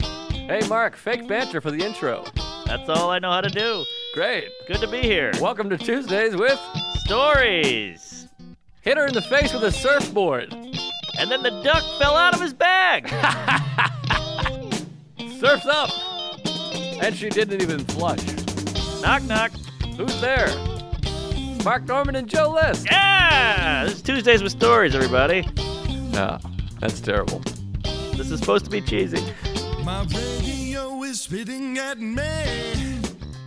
Hey, Mark, fake banter for the intro. That's all I know how to do. Great. Good to be here. Welcome to Tuesdays with Stories. Hit Her in the Face with a Surfboard. And then the duck fell out of his bag. Surf's up. And she didn't even flush. knock knock. Who's there? Mark Norman and Joe List. Yeah! This is Tuesdays with Stories, everybody. No, that's terrible. This is supposed to be cheesy. My radio is spitting at me.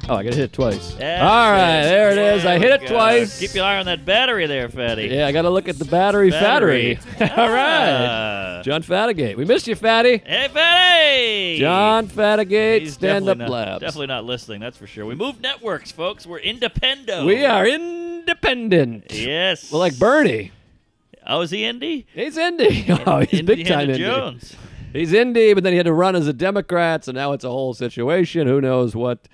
Oh, I gotta hit it twice. That's All right, it. there it is. I hit it Good. twice. Keep your eye on that battery there, fatty. yeah, I gotta look at the battery, Battery. fattery. All right, Ah. John Fatigate. We missed you, fatty. Hey, fatty! John Fatigate, He's stand up definitely not, labs. Definitely not listening, that's for sure. We moved networks, folks. We're independent. We are independent. Yes. We're like Bernie. Oh, is he indie? He's indie. Oh, he's Indiana big time indie. Jones. He's indie, but then he had to run as a Democrat, so now it's a whole situation. Who knows what?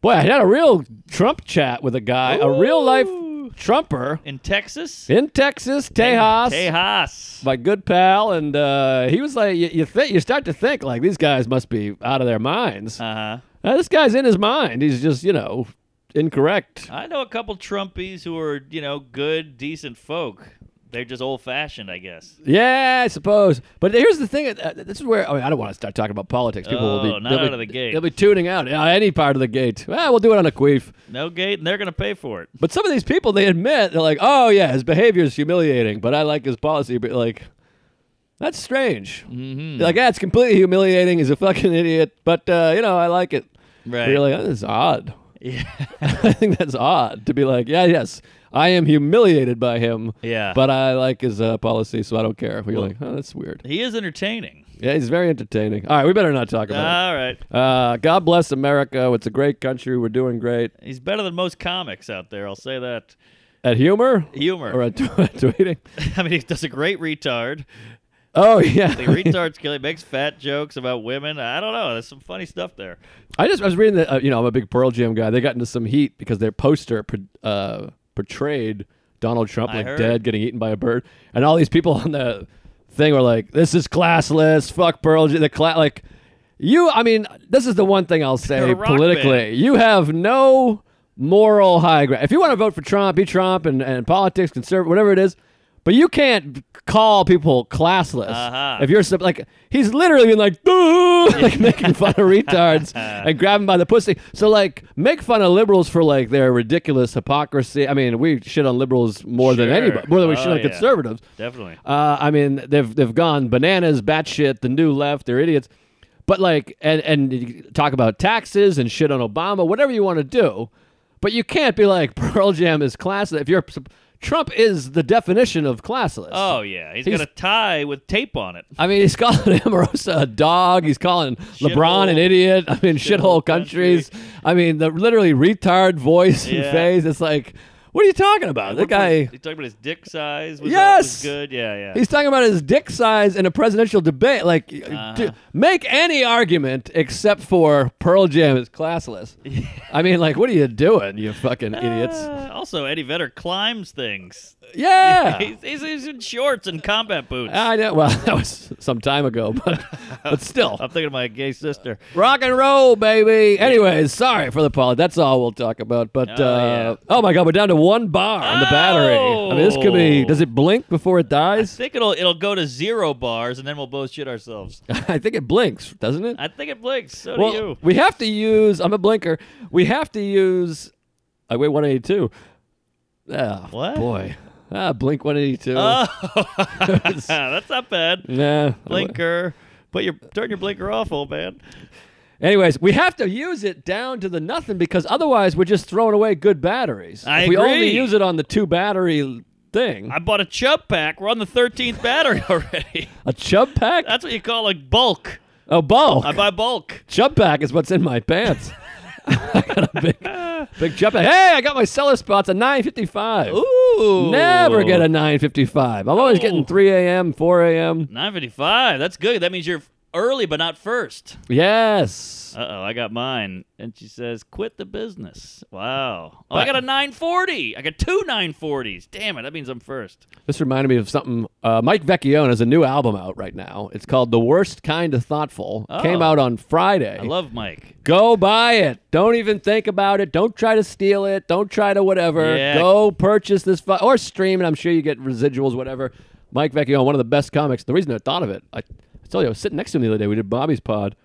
Boy, I had a real Trump chat with a guy, a real life Trumper In Texas? in Texas, Tejas. Tejas. my good pal, and uh, he was like, you, you think you start to think like these guys must be out of their minds. Uh huh. Uh, this guy's in his mind. He's just you know incorrect. I know a couple Trumpies who are, you know, good, decent folk. They're just old fashioned, I guess. Yeah, I suppose. But here's the thing. Uh, this is where I, mean, I don't want to start talking about politics. People will Oh, be not they'll be- out of the gate. They'll be tuning out uh, any part of the gate. Ah, Well, we'll do it on a queef. No gate, and they're going to pay for it. But some of these people, they admit they're like, oh yeah, his behavior is humiliating, but I like his policy. But like, that's strange. Mm-hmm. Like, yeah, it's completely humiliating. He's a fucking idiot. But uh, you know, I like it. Right. But You're like, oh, this is odd. Yeah. I think that's odd to be like, yeah, yes, I am humiliated by him. Yeah. But I like his uh, policy, so I don't care. We're like, oh, that's weird. He is entertaining. Yeah, he's very entertaining. All right, we better not talk about All right. it. Uh, God bless America. It's a great country. We're doing great. He's better than most comics out there. I'll say that. At humor Humor. or at, at tweeting? I mean, he does a great retard. Oh, yeah. The retard's killing. Makes fat jokes about women. I don't know. There's some funny stuff there. I just I was reading that uh, you know I'm a big Pearl Jam guy. They got into some heat because their poster pro- uh, portrayed Donald Trump I like heard. dead, getting eaten by a bird, and all these people on the thing were like, "This is classless. Fuck Pearl Jam." The cla- like you. I mean, this is the one thing I'll They're say a rock band. politically. You have no moral high ground. If you want to vote for Trump, be Trump and and politics, conservative, whatever it is. But you can't call people classless Uh-huh. if you're sup- like he's literally been like, "Boo!" like making fun of retards and grabbing by the pussy. So like, make fun of liberals for like their ridiculous hypocrisy. I mean, we shit on liberals more than Sure. anybody, more than we shit Oh, on yeah. conservatives. Definitely. Uh, I mean, they've they've gone bananas, batshit, the new left, they're idiots. But like, and and you talk about taxes and shit on Obama, whatever you want to do, but you can't be like Pearl Jam is classless. If you're Trump is the definition of classless. Oh, yeah. he's He's- got a tie with tape on it. I mean, he's calling Amorosa a dog. He's calling LeBron an Shithole. idiot. I mean, shithole Shithole country. countries. I mean, the literally retard voice Yeah. and face. It's like, what are you talking about? That What was- guy. You talking about his dick size? Was Yes! That, was good. Yeah, yeah. He's talking about his dick size in a presidential debate. Like, Uh-huh. d- make any argument except for Pearl Jam is classless. I mean, like, what are you doing, you fucking idiots? Uh, also, Eddie Vedder climbs things. Yeah. Ah. he's, he's, he's in shorts and combat boots. I know. Well, that was some time ago, but but still. I'm thinking of my gay sister. Rock and roll, baby. Anyways, sorry for the pause. That's all we'll talk about. But Oh, oh, yeah. uh, oh my god, we're down to one bar on the battery. I mean, this could be. Oh. Does it blink before it I dies? think it'll it'll go to zero bars, and then we'll both shit ourselves. I think it blinks, doesn't it? I think it blinks. So well, do you. we have to use. I'm a blinker. We have to use. I weigh 182. Oh, What? Boy, ah, blink 182. Oh, that's not bad. nah, Blinker. Put your turn your blinker off, old man. Anyways, we have to use it down to the nothing because otherwise we're just throwing away good batteries. I if we only agree. use it on the two battery thing, I bought a chub pack. We're on the thirteenth battery already. a chub pack. That's what you call a bulk. Oh, bulk. I buy bulk. Jump pack is what's in my pants. I got a big, big jump pack. Hey, I got my seller spots at 9.55. Ooh. Never get a 9.55. I'm always Ooh. getting 3 a.m., 4 a.m. 955. That's good. That means you're early, but not first. Yes. Uh oh, I got mine. And she says, quit the business. Wow. Oh, I got a 940. I got two 940s. Damn it. That means I'm first. This reminded me of something. Uh, Mike Vecchione has a new album out right now. It's called The Worst Kind of Thoughtful. Came Oh. out on Friday. I love Mike. Go buy it. Don't even think about it. Don't try to steal it. Don't try to whatever. Yeah. Go purchase this fu- or stream it. I'm sure you get residuals, whatever. Mike Vecchione, one of the best comics. The reason I thought of it, I, I told you, I was sitting next to him the other day. We did Bobby's pod.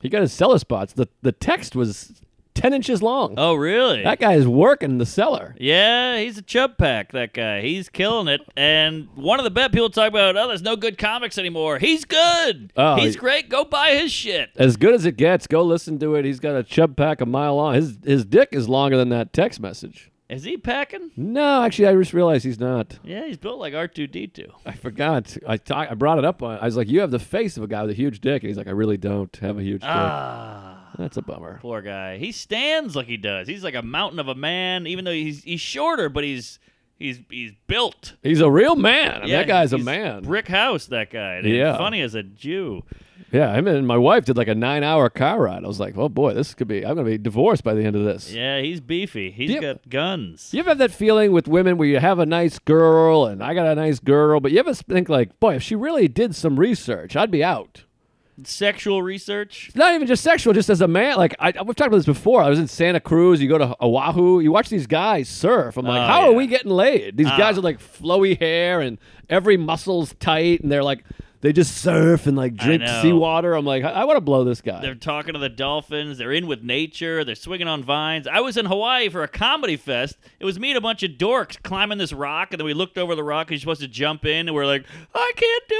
He got his cellar spots. The the text was ten inches long. Oh, really? That guy is working the cellar. Yeah, he's a chub pack, that guy. He's killing it. And one of the best people talk about, oh, there's no good comics anymore. He's good. Oh, he's he- great. Go buy his shit. As good as it gets, go listen to it. He's got a chub pack a mile long. His his dick is longer than that text message. Is he packing? No, actually, I just realized he's not. Yeah, he's built like R2D2. I forgot. I talk, I brought it up. on- I was like, "You have the face of a guy with a huge dick," and he's like, "I really don't have a huge Ah. dick." That's a bummer. Poor guy. He stands like he does. He's like a mountain of a man, even though he's he's shorter, but he's he's he's built. He's a real man. I mean, that guy's a he's man. Brick house, that guy. dude. Yeah. Funny as a Jew. yeah, him and my wife did like a nine-hour car ride. I was like, "Oh boy, this could be. I'm gonna be divorced by the end of this." Yeah, he's beefy. He's Yeah. got guns. You ever have that feeling with women where you have a nice girl and I got a nice girl, but you ever think like, "Boy, if she really did some research, I'd be out." Sexual research. not even just sexual, just as a man. Like I, we've talked about this before. I was in Santa Cruz. You go to Oahu. You watch these guys surf. I'm like, Oh, how are yeah. Ah. we getting laid? These guys with like flowy hair and every muscle's tight, and they're like, they just surf and like drink know. seawater. I'm like, I, want to blow this guy. They're talking to the dolphins. They're in with nature. They're swinging on vines. I was in Hawaii for a comedy fest. It was me and a bunch of dorks climbing this rock, and then we looked over the rock. and You're supposed to jump in, and we're like, I can't do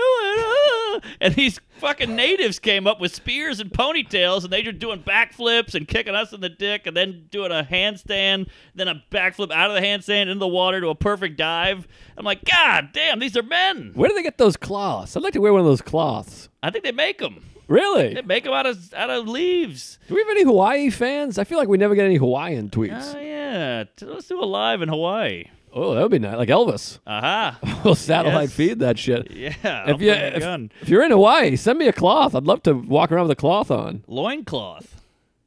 it. ah." And these fucking natives came up with spears and ponytails, and they were doing backflips and kicking us in the dick, and then doing a handstand, then a backflip out of the handstand into the water to a perfect dive. I'm like, God damn, these are men. Where do they get those cloths? I'd like to wear one of those cloths. I think they make them. Really? They make them out of out of leaves. Do we have any Hawaii fans? I feel like we never get any Hawaiian tweets. Oh yeah, T- let's do a live in Hawaii. oh, that would be nice. Like Elvis. Aha! We'll satellite Yes. feed that shit. Yeah. If, you, a if, gun. if you're in Hawaii, send me a cloth. I'd love to walk around with a cloth on. loincloth.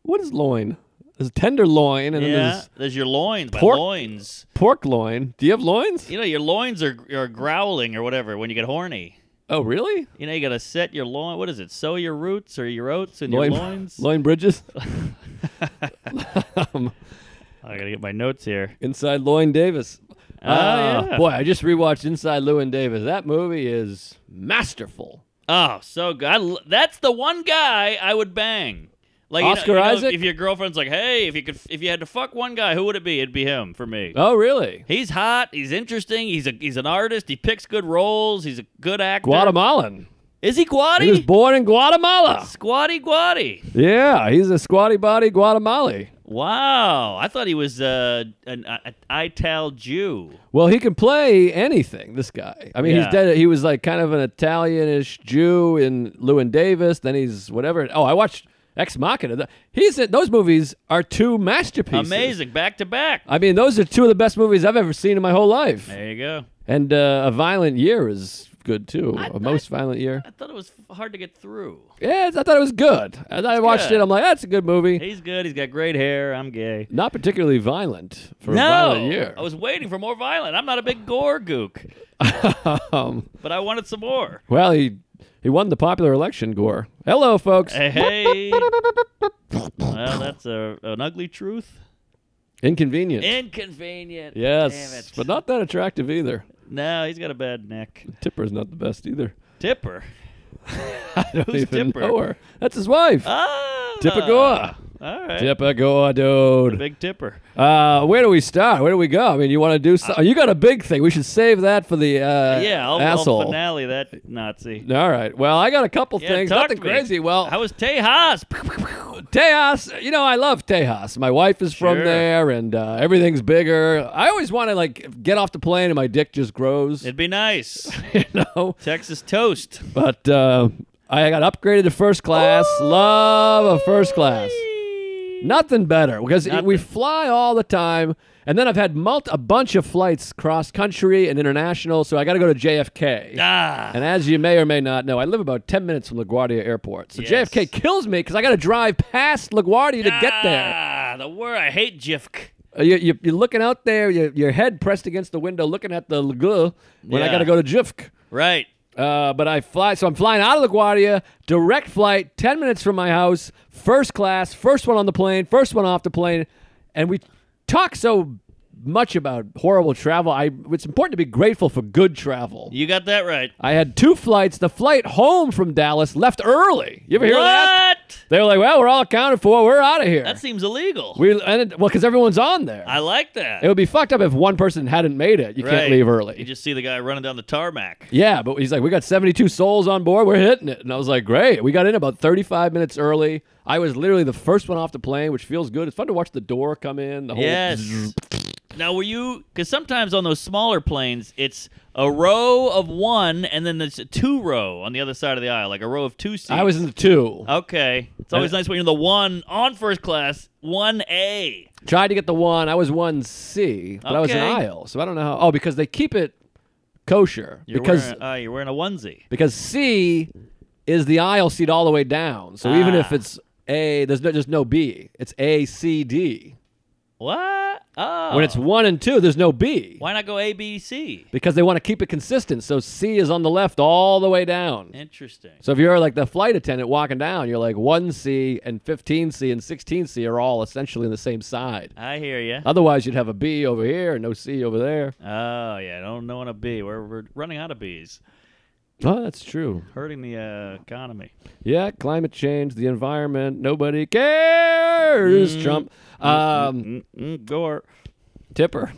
What is loin? There's tenderloin and then Yeah, there's there's your loins. My Pork- loins. pork loin. Do you have loins? You know your loins are are growling or whatever when you get horny. Oh, really? You know you gotta set your loin. What is it? Sow your roots or your oats in your loins. loin bridges. um, I gotta get my notes here. Inside Loin Davis. Oh, Ah, yeah. Boy, I just rewatched Inside Lewin Davis. That movie is masterful. Oh, so good. I l- that's the one guy I would bang. Like you know- Oscar you know, Isaac? if your girlfriend's like, "Hey, if you could, if you had to fuck one guy, who would it be?" It'd be him for me. Oh, really? He's hot. He's interesting. He's a he's an artist. He picks good roles. He's a good actor. Guatemalan. Is he He was Guadi? born in Guatemala. Squatty Guadi. Yeah, he's a squatty body Guatemala. Wow. I thought he was uh, an uh, Ital Jew. Well, he can play anything. This guy. I mean, Yeah. he's dead. He was like kind of an Italianish Jew in Lewin Davis. Then he's whatever. Oh, I watched Ex Machina. Th- He's in, those movies are two masterpieces. Amazing. Back to back. I mean, those are two of the best movies I've ever seen in my whole life. There you go. And uh, A Violent Year is good too. A Most Violent Year. I thought it was f- hard to get through. Yeah, I thought it was good. As I watched good. it, I'm like, that's a good movie. He's good. He's got great hair. I'm gay. Not particularly violent for no. A Violent Year. I was waiting for more violent. I'm not a big gore gook, um, but I wanted some more. well, he he won the popular election. Gore. Hello, folks. Hey. well, that's a, an ugly truth. Inconvenient. Inconvenient. Damn Yes, it. but not that attractive either. No, he's got a bad neck. Tipper's not the best either. Tipper. Who's Tipper? Know her. That's his wife. Ah. Tipper Gore. All right. Tipper Gore, dude. Big Tipper. Uh, where do we start? Where do we go? I mean, you want to do something? you got a big thing. We should save that for the uh, Uh, yeah, I'll, asshole. I'll finale that Nazi. All right. Well, I got a couple Yeah, things. talk Nothing to me. crazy. Well, How was Tejas? Tejas, you know, I love Tejas. My wife is from Sure. there, and uh, everything's bigger. I always want to like get off the plane, and my dick just grows. It'd be nice. you know. Texas toast. But uh, I got upgraded to first class. Love a first class. Nothing better because it- we Nothing. fly all the time, and then I've had multi- a bunch of flights cross country and international, so I got to go to JFK. Ah, And as you may or may not know, I live about 10 minutes from LaGuardia Airport. So Yes. JFK kills me because I got to drive past LaGuardia to get there. Ah, the word I hate JFK. Uh, You, you, you're looking out there, you, your head pressed against the window, looking at the lagoon when I Yeah. got to go to JFK. Right. Uh, but I fly, so I'm flying out of LaGuardia, direct flight, 10 minutes from my house, first class, first one on the plane, first one off the plane. And we talk so much about horrible travel. I, it's important to be grateful for good travel. You got that right. I had two flights. The flight home from Dallas left early. You ever hear what? that? They were like, "Well, we're all accounted for. We're out of here." That seems illegal. we ended, well because everyone's on there. I like that. it would be fucked up if one person hadn't made it. You Right. can't leave early. You just see the guy running down the tarmac. yeah, but he's like, "We got 72 souls on board. We're hitting it." And I was like, "Great." We got in about 35 minutes early. I was literally the first one off the plane, which feels good. It's fun to watch the door come in. The whole Yes. Now, were you? Because sometimes on those smaller planes, it's a row of one, and then there's a two row on the other side of the aisle, like a row of two seats. I was in the two. okay. It's always I- nice when you're the one on first class, one A. Tried to get the one. I was one C, but I was an Okay. aisle, so I don't know how. Oh, because they keep it kosher You're because wearing, uh, you're wearing a onesie. because C is the aisle seat all the way down. So even if Ah. it's A, there's no, just no B. It's A C D. What? Oh. When it's one and two, there's no B why not go A B C? because they want to keep it consistent. So C is on the left all the way down. Interesting. So if you're like the flight attendant walking down, you're like one C and fifteen C and sixteen C are all essentially on the same side. I hear you. Otherwise, you'd have a B over here and no C over there. Oh yeah, don't know what a bee. We're we're running out of bees, Oh, that's true. hurting the uh, economy. Yeah, climate change, the environment, nobody cares. Trump, um, Mm, mm, Gore, Tipper,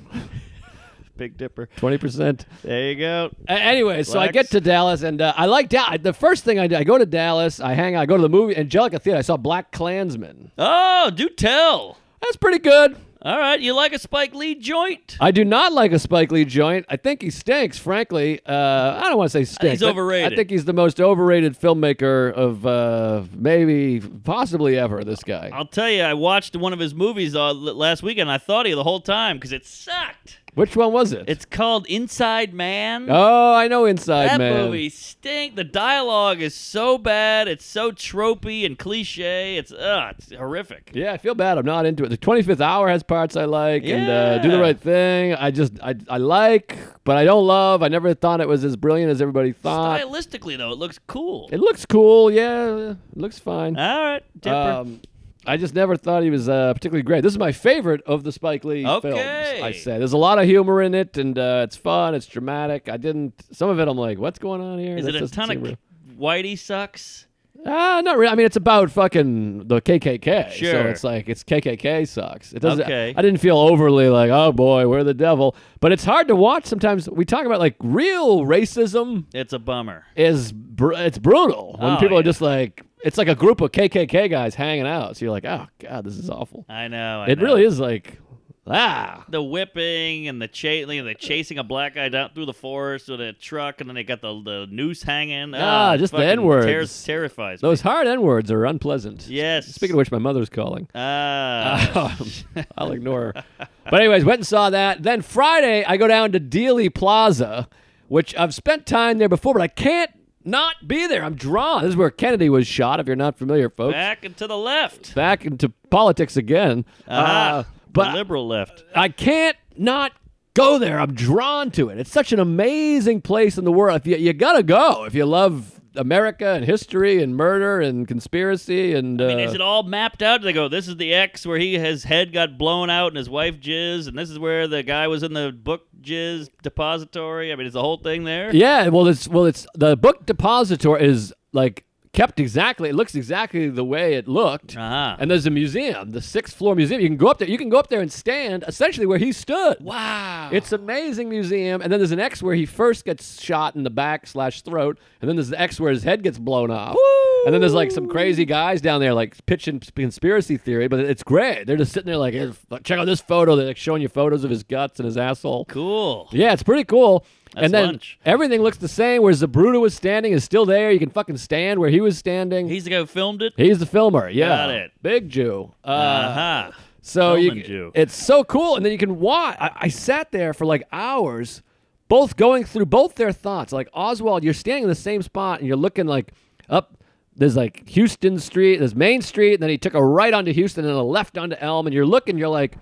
Big Dipper. twenty percent. There you go. Anyway, so I Lex. get to Dallas, and uh, I like Dallas. The first thing I do, I go to Dallas. I hang out. I go to the movie Angelica Theater. I saw Black Klansman. Oh, do tell. That's pretty good. All right, you like a Spike Lee joint? I do not like a Spike Lee joint. I think he stinks. Frankly, uh, I don't want to say stinks. He's I- I overrated. think he's the most overrated filmmaker of uh, maybe possibly ever. This guy. I'll tell you, I watched one of his movies uh, l- last weekend. I thought of you the whole time because it sucked. Which one was it? It's called Inside Man. oh, I know Inside that Man. movie stink. The dialogue is so bad. It's so tropey and cliche. It's uh, it's horrific. Yeah, I feel bad. I'm not into it. The 25th Hour has parts I like, and uh, Do the Yeah. Right Thing. I just I, I like, but I don't love. I never thought it was as brilliant as everybody thought. Stylistically, though, it looks cool. It looks cool. Yeah, it looks fine. All right, Dipper. Um, I just never thought he was uh, particularly great. This is my favorite of the Spike Lee films. Okay. I say there's a lot of humor in it, and uh, it's fun. It's dramatic. I didn't. Some of it, I'm like, what's going on here? is This it a doesn't ton seem of real. Whitey sucks? Ah, not really. I mean, it's about fucking the KKK. So Sure. it's like it's KKK sucks. It doesn't. Okay. I didn't feel overly like, oh boy, we're the devil. But it's hard to watch sometimes. We talk about like real racism It's a bummer. is br- it's brutal when Oh, people are yeah. just like it's like a group of KKK guys hanging out. So you're like, oh god, this is awful. I know. I It know. really is like ah. the whipping and the cha- like, the chasing a black guy down through the forest with a truck, and then they got the, the noose hanging. Ah, Ah, just the fucking N-words. terrors- terrifies me. Those hard N words are unpleasant. Yes. Speaking of which, my mother's calling. Ah. Um, I'll ignore her. But anyways, went and saw that. Then Friday, I go down to Dealey Plaza, which I've spent time there before, but I can't not be there. I'm drawn. This is where Kennedy was shot. If you're not familiar, folks, back, back and to the left. into politics again. Ah, Uh, the but liberal left. I can't not go there. I'm drawn to it. It's such an amazing place in the world. If you, you gotta go if you love America and history and murder and conspiracy and uh, I mean, is it all mapped out? They go, this is the X where he his head got blown out and his wife jizz, and this is where the guy was in the book jizz depository. I mean, is the whole thing there? Yeah, well, it's well, it's the book depositor is like kept exactly. It looks exactly the way it looked. Uh-huh. And there's a museum, the sixth floor museum. You can go up there. You can go up there and stand essentially where he stood. Wow. It's an amazing museum. And then there's an X where he first gets shot in the back slash throat, and then there's the X where his head gets blown off. And then there's like some crazy guys down there like pitching p- conspiracy theory, but it's great. They're just sitting there like, "Here, f- check out this photo. They're like showing you photos of his guts and his asshole. Cool. Yeah, it's pretty cool. That's and then lunch. everything looks the same. Where Zabruta was standing is still there. You can fucking stand where he was standing. He's the guy who filmed it. He's the filmer. Yeah. Got it. Big Jew. Uh, Uh huh. so you, filming Jew. it's so cool. And then you can watch. I, I sat there for like hours, both going through both their thoughts. Like, Oswald, you're standing in the same spot and you're looking like up. There's like Houston Street, there's Main Street, and then he took a right onto Houston and a left onto Elm. And you're looking, you're like,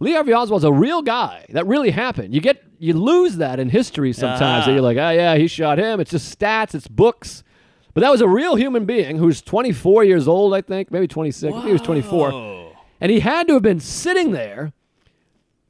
Lee Harvey Oswald's a real guy. That really happened. You get you lose that in history sometimes. Ah. That you're like, oh yeah, he shot him. It's just stats, it's books. But that was a real human being who's 24 years old, I think, maybe 26. I think he was Oh. 24, and he had to have been sitting there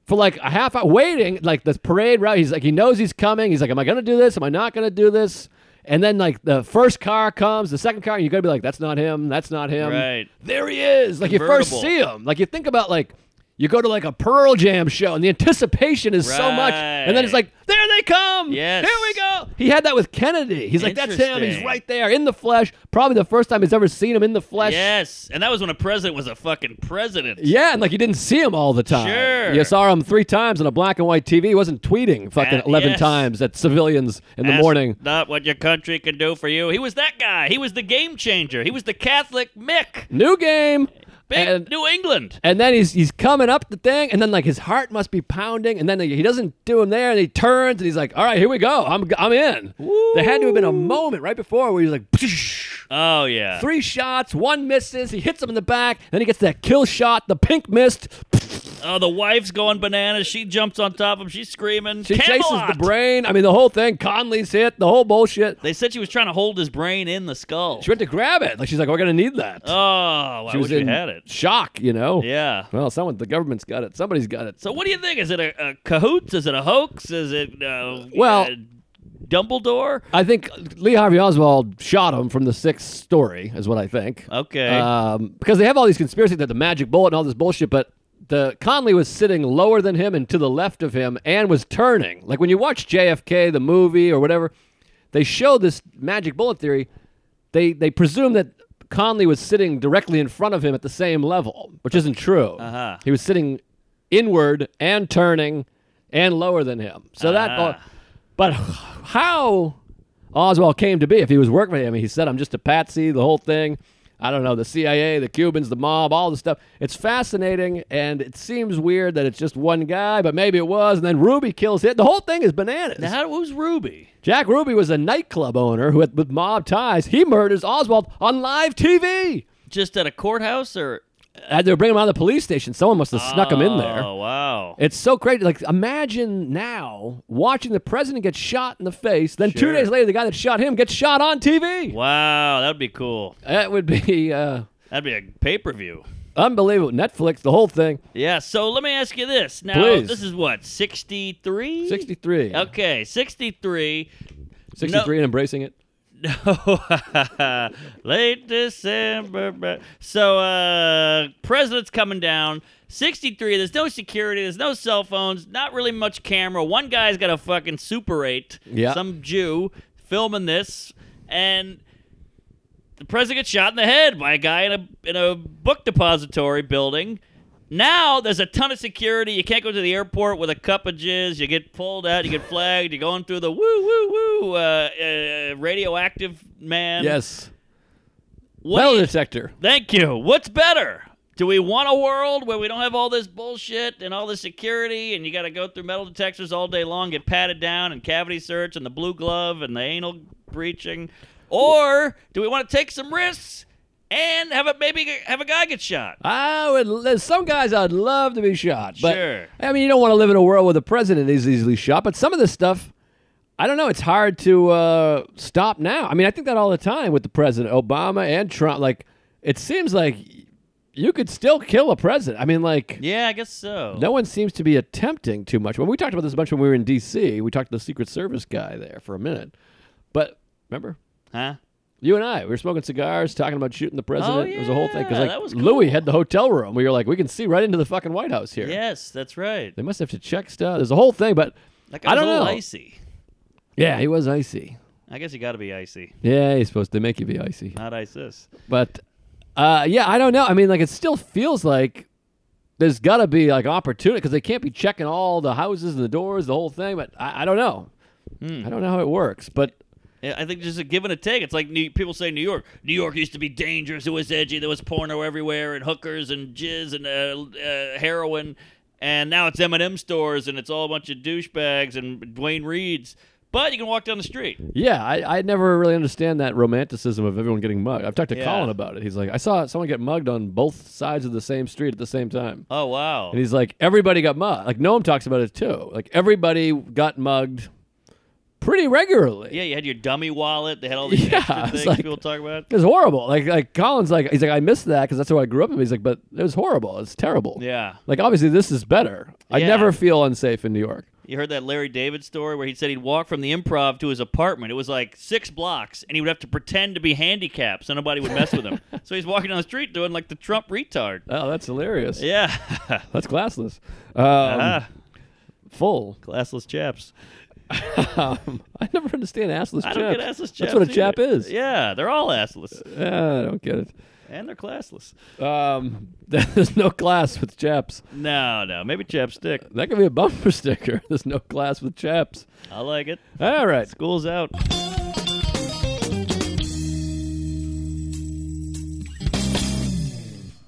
for like a half hour waiting, like the parade route. He's like, he knows he's coming. He's like, am I gonna do this? Am I not gonna do this? And then like the first car comes, the second car, and you're gonna be like, that's not him. That's not him Right. there he is. Like you first Convertible. see him. Like you think about like you go to like a Pearl Jam show and the anticipation is so much, and then it's Right. like there they come. Yes. Here we go. He had that with Kennedy. He's like that's him. He's Interesting. right there in the flesh. Probably the first time he's ever seen him in the flesh. Yes. And that was when a president was a fucking president. Yeah, and like you didn't see him all the time. Sure. You saw him three times on a black and white TV. He wasn't tweeting fucking Uh, eleven yes. times at civilians in the That's morning. Not what your country can do for you. He was that guy. He was the game changer. He was the Catholic Mick. New game. Big and, New England. And then he's he's coming up the thing, and then like his heart must be pounding, and then he doesn't do him there, and he turns, and he's like, "All right, here we go, I'm I'm in." There had to have been a moment right before where he's like, Oh yeah. three shots, one misses, he hits him in the back, then he gets that kill shot, the pink mist, Oh, the wife's going bananas. She jumps on top of him. She's screaming. she Camelot! chases the brain. I mean, the whole thing. Conley's hit, the whole bullshit. They said she was trying to hold his brain in the skull. She went to grab it, like she's like, "We're gonna need that." Oh, I she wish was we in had it. shock, you know. Yeah. Well, someone, the government's got it. Somebody's got it. So what do you think? Is it a, a cahoots? Is it a hoax? Is it uh, Well- uh, Dumbledore? I think Lee Harvey Oswald shot him from the sixth story, is what I think. Okay. Um, because they have all these conspiracies that the magic bullet and all this bullshit, but the Conley was sitting lower than him and to the left of him and was turning. Like when you watch JFK the movie or whatever, they show this magic bullet theory. They they presume that Conley was sitting directly in front of him at the same level, which isn't true. Uh-huh. He was sitting inward and turning and lower than him. So that, Ah. but how Oswald came to be, if he was working for him, he said, I'm just a patsy, the whole thing. I don't know, the CIA, the Cubans, the mob, all the stuff. It's fascinating, and it seems weird that it's just one guy, but maybe it was. And then Ruby kills it. The whole thing is bananas. now, how, who's Ruby? Jack Ruby was a nightclub owner who had with mob ties. He murders Oswald on live TV. Just at a courthouse or? And they were bringing him out of the police station. Someone must have snuck him in there. Oh wow. It's so crazy. Like, imagine now watching the president get shot in the face. Then two Sure. days later, the guy that shot him gets shot on TV. Wow, that'd be cool. That would be uh, That'd be a pay per view. unbelievable. Netflix, the whole thing. Yeah. So let me ask you this. Now Please. this is what sixty three. 63. Okay, sixty three. 63 and embracing it. No. Late December. but- So, uh, president's coming down. 63. There's no security. There's no cell phones. Not really much camera. One guy's got a fucking Super 8. Yeah. Some Jew filming this. And the president gets shot in the head by a guy in a, in a book depository building. Now there's a ton of security. You can't go to the airport with a cup of jizz. You get pulled out. You get flagged. You're going through the woo woo woo uh, uh, radioactive man. Yes. What Metal do you- detector. thank you. What's better? Do we want a world where we don't have all this bullshit and all this security, and you got to go through metal detectors all day long, get patted down, and cavity search, and the blue glove, and the anal breaching, or do we want to take some risks and have a maybe have a guy get shot? I would. There's some guys I'd love to be shot, but Sure. I mean, you don't want to live in a world where the president is easily shot. But some of this stuff, I don't know. It's hard to uh, stop now. I mean, I think that all the time with the president, Obama and Trump. Like, it seems like you could still kill a president. I mean, like. Yeah, I guess so. No one seems to be attempting too much. When we talked about this a bunch when we were in D.C., we talked to the Secret Service guy there for a minute. But remember, Huh? you and I, we were smoking cigars, talking about shooting the president. It was a whole thing because Oh, yeah, like that was Louis had the hotel room. We were like, we can see right into the fucking White House here. Yes, that's right. They must have to check stuff. There's a whole thing, but That guy I was don't a little know. icy. Yeah, he was icy. I guess you got to be icy, Yeah, you're supposed to make you be icy. not ISIS. But uh, yeah, I don't know. I mean, like it still feels like there's got to be like opportunity because they can't be checking all the houses and the doors, the whole thing. But I, I don't know. Hmm. I don't know how it works. But Yeah, I think just a give and a take. It's like New, people say New York. New York used to be dangerous. It was edgy. There was porno everywhere and hookers and jizz and uh, uh, heroin. And now it's M&M stores and it's all a bunch of douchebags and Dwayne Reeds. But you can walk down the street. yeah, I, I never really understand that romanticism of everyone getting mugged. I've talked to Yeah. Colin about it. He's like, I saw someone get mugged on both sides of the same street at the same time. Oh, wow. And he's like, everybody got mugged. Like Noam talks about it too. Like everybody got mugged pretty regularly. Yeah, you had your dummy wallet. They had all these Yeah, extra it's things like- people talk about. It was horrible. Like like Colin's like he's like I missed that because that's how I grew up. And he's like, but it was horrible. It's terrible. Yeah. Like obviously this is better. I Yeah. never feel unsafe in New York. You heard that Larry David story where he said he'd walk from the improv to his apartment. It was like six blocks, and he would have to pretend to be handicapped so nobody would mess with him. So he's walking down the street doing like the Trump retard. Oh, that's hilarious. Yeah. That's classless. Um, Ah, Full. classless chaps. Um, I never understand assless I chaps. don't get assless chaps. That's what a chap either. is. Yeah, they're all assless, Yeah, I don't get it. and they're classless. Um, there's no class with chaps. No, no, maybe chapstick. That could be a bumper sticker. There's no class with chaps. I like it. All right. School's out.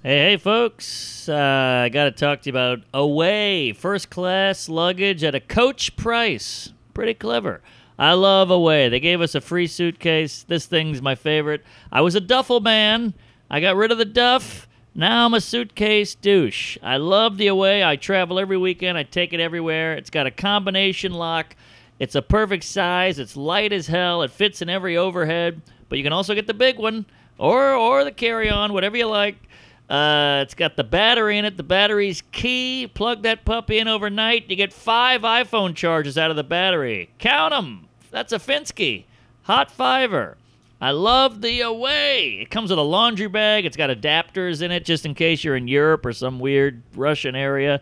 Hey, hey, folks. Uh, I got to talk to you about Away. First class luggage at a coach price. Pretty clever. I love Away. They gave us a free suitcase. This thing's my favorite. I was a duffel man. I got rid of the duff. Now I'm a suitcase douche. I love the Away. I travel every weekend. I take it everywhere. It's got a combination lock. It's a perfect size. It's light as hell. It fits in every overhead. But you can also get the big one or or the carry-on, whatever you like. Uh, it's got the battery in it. The battery's key. Plug that puppy in overnight. You get five iPhone charges out of the battery. Count 'em. That's a Finsky. Hot fiver. I love the away. It comes with a laundry bag. It's got adapters in it just in case you're in Europe or some weird Russian area.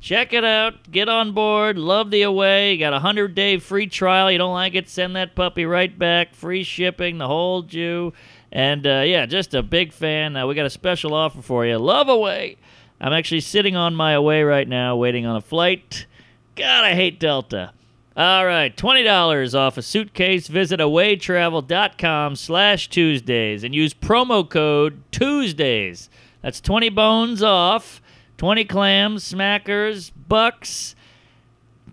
Check it out. Get on board. Love the away. You got a 100 day free trial. You don't like it? Send that puppy right back. Free shipping, the whole Jew. And uh, yeah, just a big fan. Uh, we got a special offer for you. Love away. I'm actually sitting on my away right now, waiting on a flight. God, I hate Delta. All right, $20 off a suitcase. Visit awaytravel.com slash Tuesdays and use promo code Tuesdays. That's 20 bones off, 20 clams, smackers, bucks.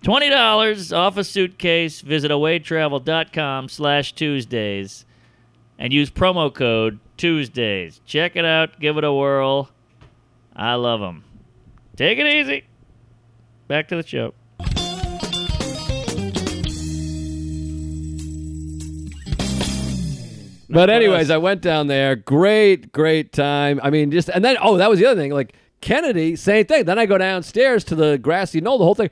$20 off a suitcase. Visit awaytravel.com slash Tuesdays and use promo code Tuesdays. Check it out. Give it a whirl. I love them. Take it easy. Back to the show. But anyways, I went down there. Great, great time. I mean, just and then oh, that was the other thing. Like Kennedy, same thing. Then I go downstairs to the grassy knoll. The whole thing.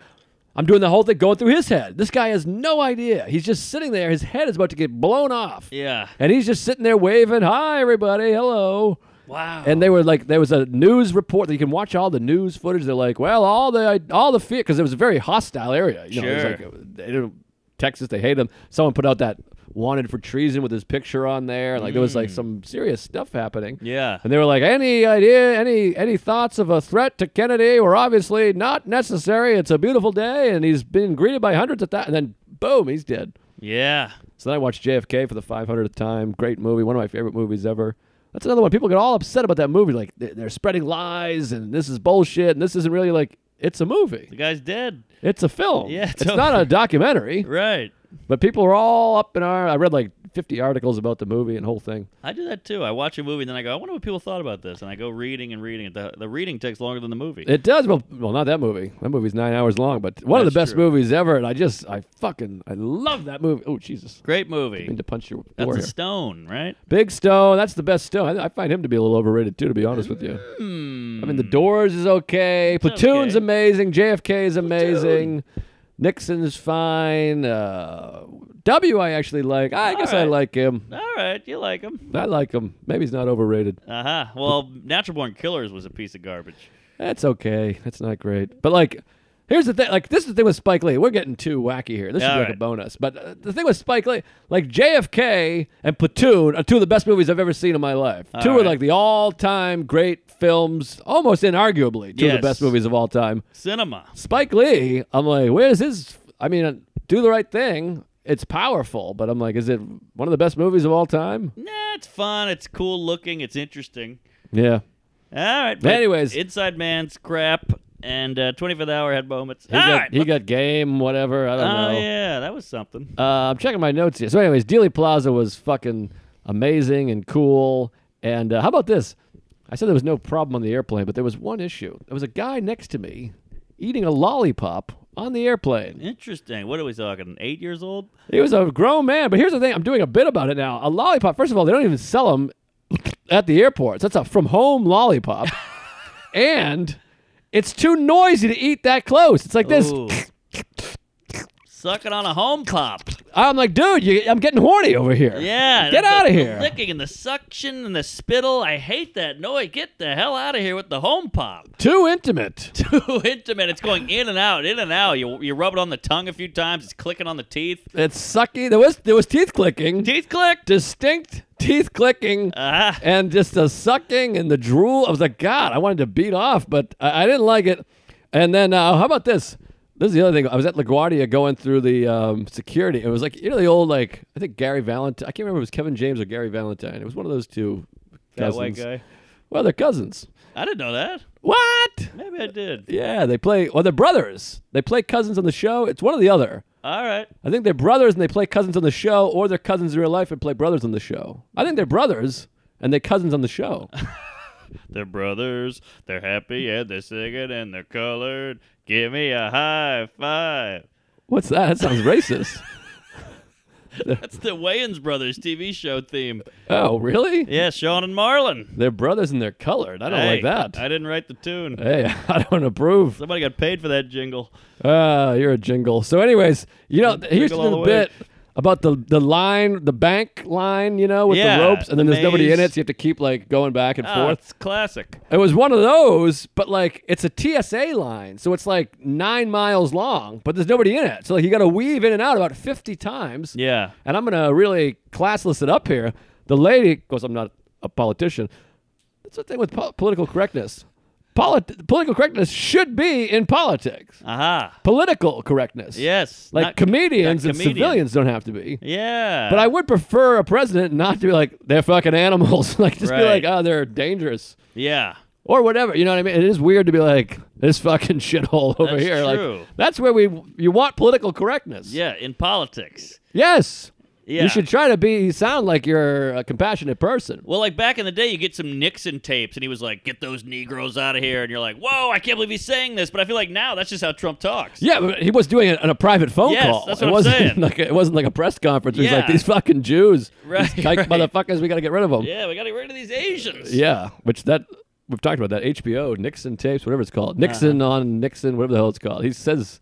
I'm doing the whole thing going through his head. This guy has no idea. He's just sitting there. His head is about to get blown off. Yeah. And he's just sitting there waving, "Hi, everybody, hello." Wow. And they were like, there was a news report that you can watch all the news footage. They're like, well, all the all the fear because it was a very hostile area. You know, it was Sure. like, uh, they didn't- Texas, they hate them. Someone put out that wanted for treason with his picture on there. Like there was like some serious stuff happening. Mm. Yeah. And they were like, any idea, any any thoughts of a threat to Kennedy were obviously not necessary. It's a beautiful day, and he's been greeted by hundreds of thousands. And then boom, he's dead. Yeah. So then I watched JFK for the 500th time. Great movie, one of my favorite movies ever. That's another one. People get all upset about that movie, like they- they're spreading lies and this is bullshit and this isn't really like it's a movie. The guy's dead. It's a film. Yeah, it's it's not a documentary. Right. But people are all up in arms. I read like 50 articles about the movie and whole thing. I do that too. I watch a movie and then I go, I wonder what people thought about this. And I go reading and reading. The, the reading takes longer than the movie. It does. Well, well, not that movie. That movie's nine hours long, but one of the That's best true. movies ever. And I just, I fucking, I love that movie. Oh Jesus! Great I mean movie. to punch your That's door a here. stone, right? Big Stone, that's the best Stone. I, I find him to be a little overrated too, to be honest with you. I mean, The Doors is okay. Platoon's okay. amazing. JFK is amazing. Nixon's fine. Uh, W, I actually like. I guess I Alright. like him. All right. You like him. I like him. Maybe he's not overrated. Uh huh. Well, Natural Born Killers was a piece of garbage. That's okay. That's not great. But like, Here's the thing. Like this is the thing with Spike Lee. We're getting too wacky here. This is All like a right. bonus. But uh, the thing with Spike Lee, like JFK and Platoon, are two of the best movies I've ever seen in my life. two are right. like the all-time great films, almost inarguably two of Yes. the best movies of all time. Cinema. Spike Lee, I'm like, where's his? I mean, uh, do the right thing. It's powerful, but I'm like, is it one of the best movies of all time? Nah, it's fun. It's cool looking. It's interesting. Yeah. All right. but Anyways. Inside Man's crap and uh, 25th hour had moments. He, All got, right, he look- got game, whatever. I don't Oh, know. yeah. That was something. Uh, I'm checking my notes here. So, anyways, Dealey Plaza was fucking amazing and cool. And uh, how about this? I said there was no problem on the airplane, but there was one issue. There was a guy next to me eating a lollipop on the airplane. Interesting. What are we talking? Eight years old? He was a grown man, but here's the thing: I'm doing a bit about it now. A lollipop. First of all, they don't even sell them at the airports. That's a from-home lollipop, and it's too noisy to eat that close. It's like this. Ooh. Sucking on a home pop. I'm like, dude, you, I'm getting horny over here. Yeah. Get the- outta the here. Licking and the suction and the spittle. I hate that noise. Get the hell out of here with the home pop. Too intimate. Too intimate. It's going in and out, in and out. You, you rub it on the tongue a few times. It's clicking on the teeth. It's sucky. There was there was teeth clicking, Teeth clicked. distinct teeth clicking, Ah. and just the sucking and the drool. I was like, God, I wanted to beat off, but I, I didn't like it. And then uh, how about this? This is the other thing. I was at LaGuardia going through the um, security. It was like you know the old like I think Gary Valentine. I can't remember if it was Kevin James or Gary Valentine. It was one of those two. That Cousins. white guy. Well, they're cousins. I didn't know that. What? Maybe I did. Yeah, they play. Well, they're brothers. They play cousins on the show. It's one or the other. All right. I think they're brothers and they play cousins on the show, or they're cousins in real life and play brothers on the show. I think they're brothers and they're cousins on the show. They're brothers. They're happy and they're singing and they're colored. Give me a high five. What's that? That sounds racist. That's the Wayans Brothers TV show theme. Oh, really? Yeah, Sean and Marlon. They're brothers and they're colored. I don't Hey, like I that. Uh, didn't write the tune. hey, I don't approve. Somebody got paid for that jingle. Ah, you're a jingle. So, anyways, you know, here's Jingle all the the way. bit about the the line, the bank line, you know, with Yeah, the ropes, and then the there's nobody in maze. it, so you have to keep like going back and Oh, forth. it's classic. It was one of those, but like it's a TSA line, so it's like nine miles long, but there's nobody in it. So like you got to weave in and out about 50 times. Yeah. And I'm gonna really classless it up here. The lady, of course, I'm not a politician. That's the thing with po- political correctness. Polit- political correctness should be in politics. Aha. Political correctness. Yes. Like not- comedians not and comedian. civilians don't have to be. Yeah. But I would prefer a president not to be like they're fucking animals. like just be Right. like, oh, they're dangerous Yeah. or whatever. You know what I mean? It is weird to be like this fucking shithole over That's here. true. Like that's where we you want political correctness. Yeah. In politics. Yes. Yeah. You should try to be sound like you're a compassionate person. Well, like back in the day, you get some Nixon tapes, and he was like, "Get those Negroes out of here," and you're like, "Whoa, I can't believe he's saying this." But I feel like now that's just how Trump talks. Yeah, but he was doing it on a private phone Yes, call. that's it what I'm wasn't saying. like a, it wasn't like a press conference. It was like Yeah. these fucking Jews, Right, these kike right. motherfuckers. We got to get rid of them. Yeah, we got to get rid of these Asians. Yeah, which that we've talked about that HBO Nixon tapes, whatever it's called, Nixon Uh-huh. on Nixon, whatever the hell it's called. He says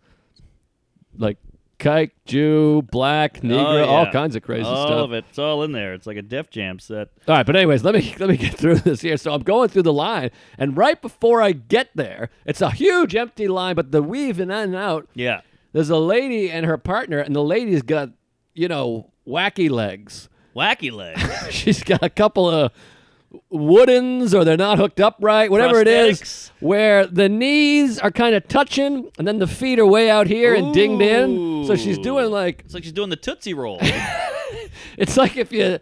like kike, Jew, black, Negro, Oh, yeah. all kinds of crazy all stuff. of it. It's all in there. It's like a Def Jam set. All right, but anyways, let me let me get through this here. So I'm going through the line, and right before I get there, it's a huge empty line, but the weave in and out. Yeah. There's a lady and her partner, and the lady's got you know wacky legs. Wacky legs. She's got a couple of woodens, or they're not hooked up right, whatever it Prosthetics. is, where the knees are kind of touching, and then the feet are way out here and dinged in. So she's Ooh. doing like It's like she's doing the Tootsie Roll. it's like if you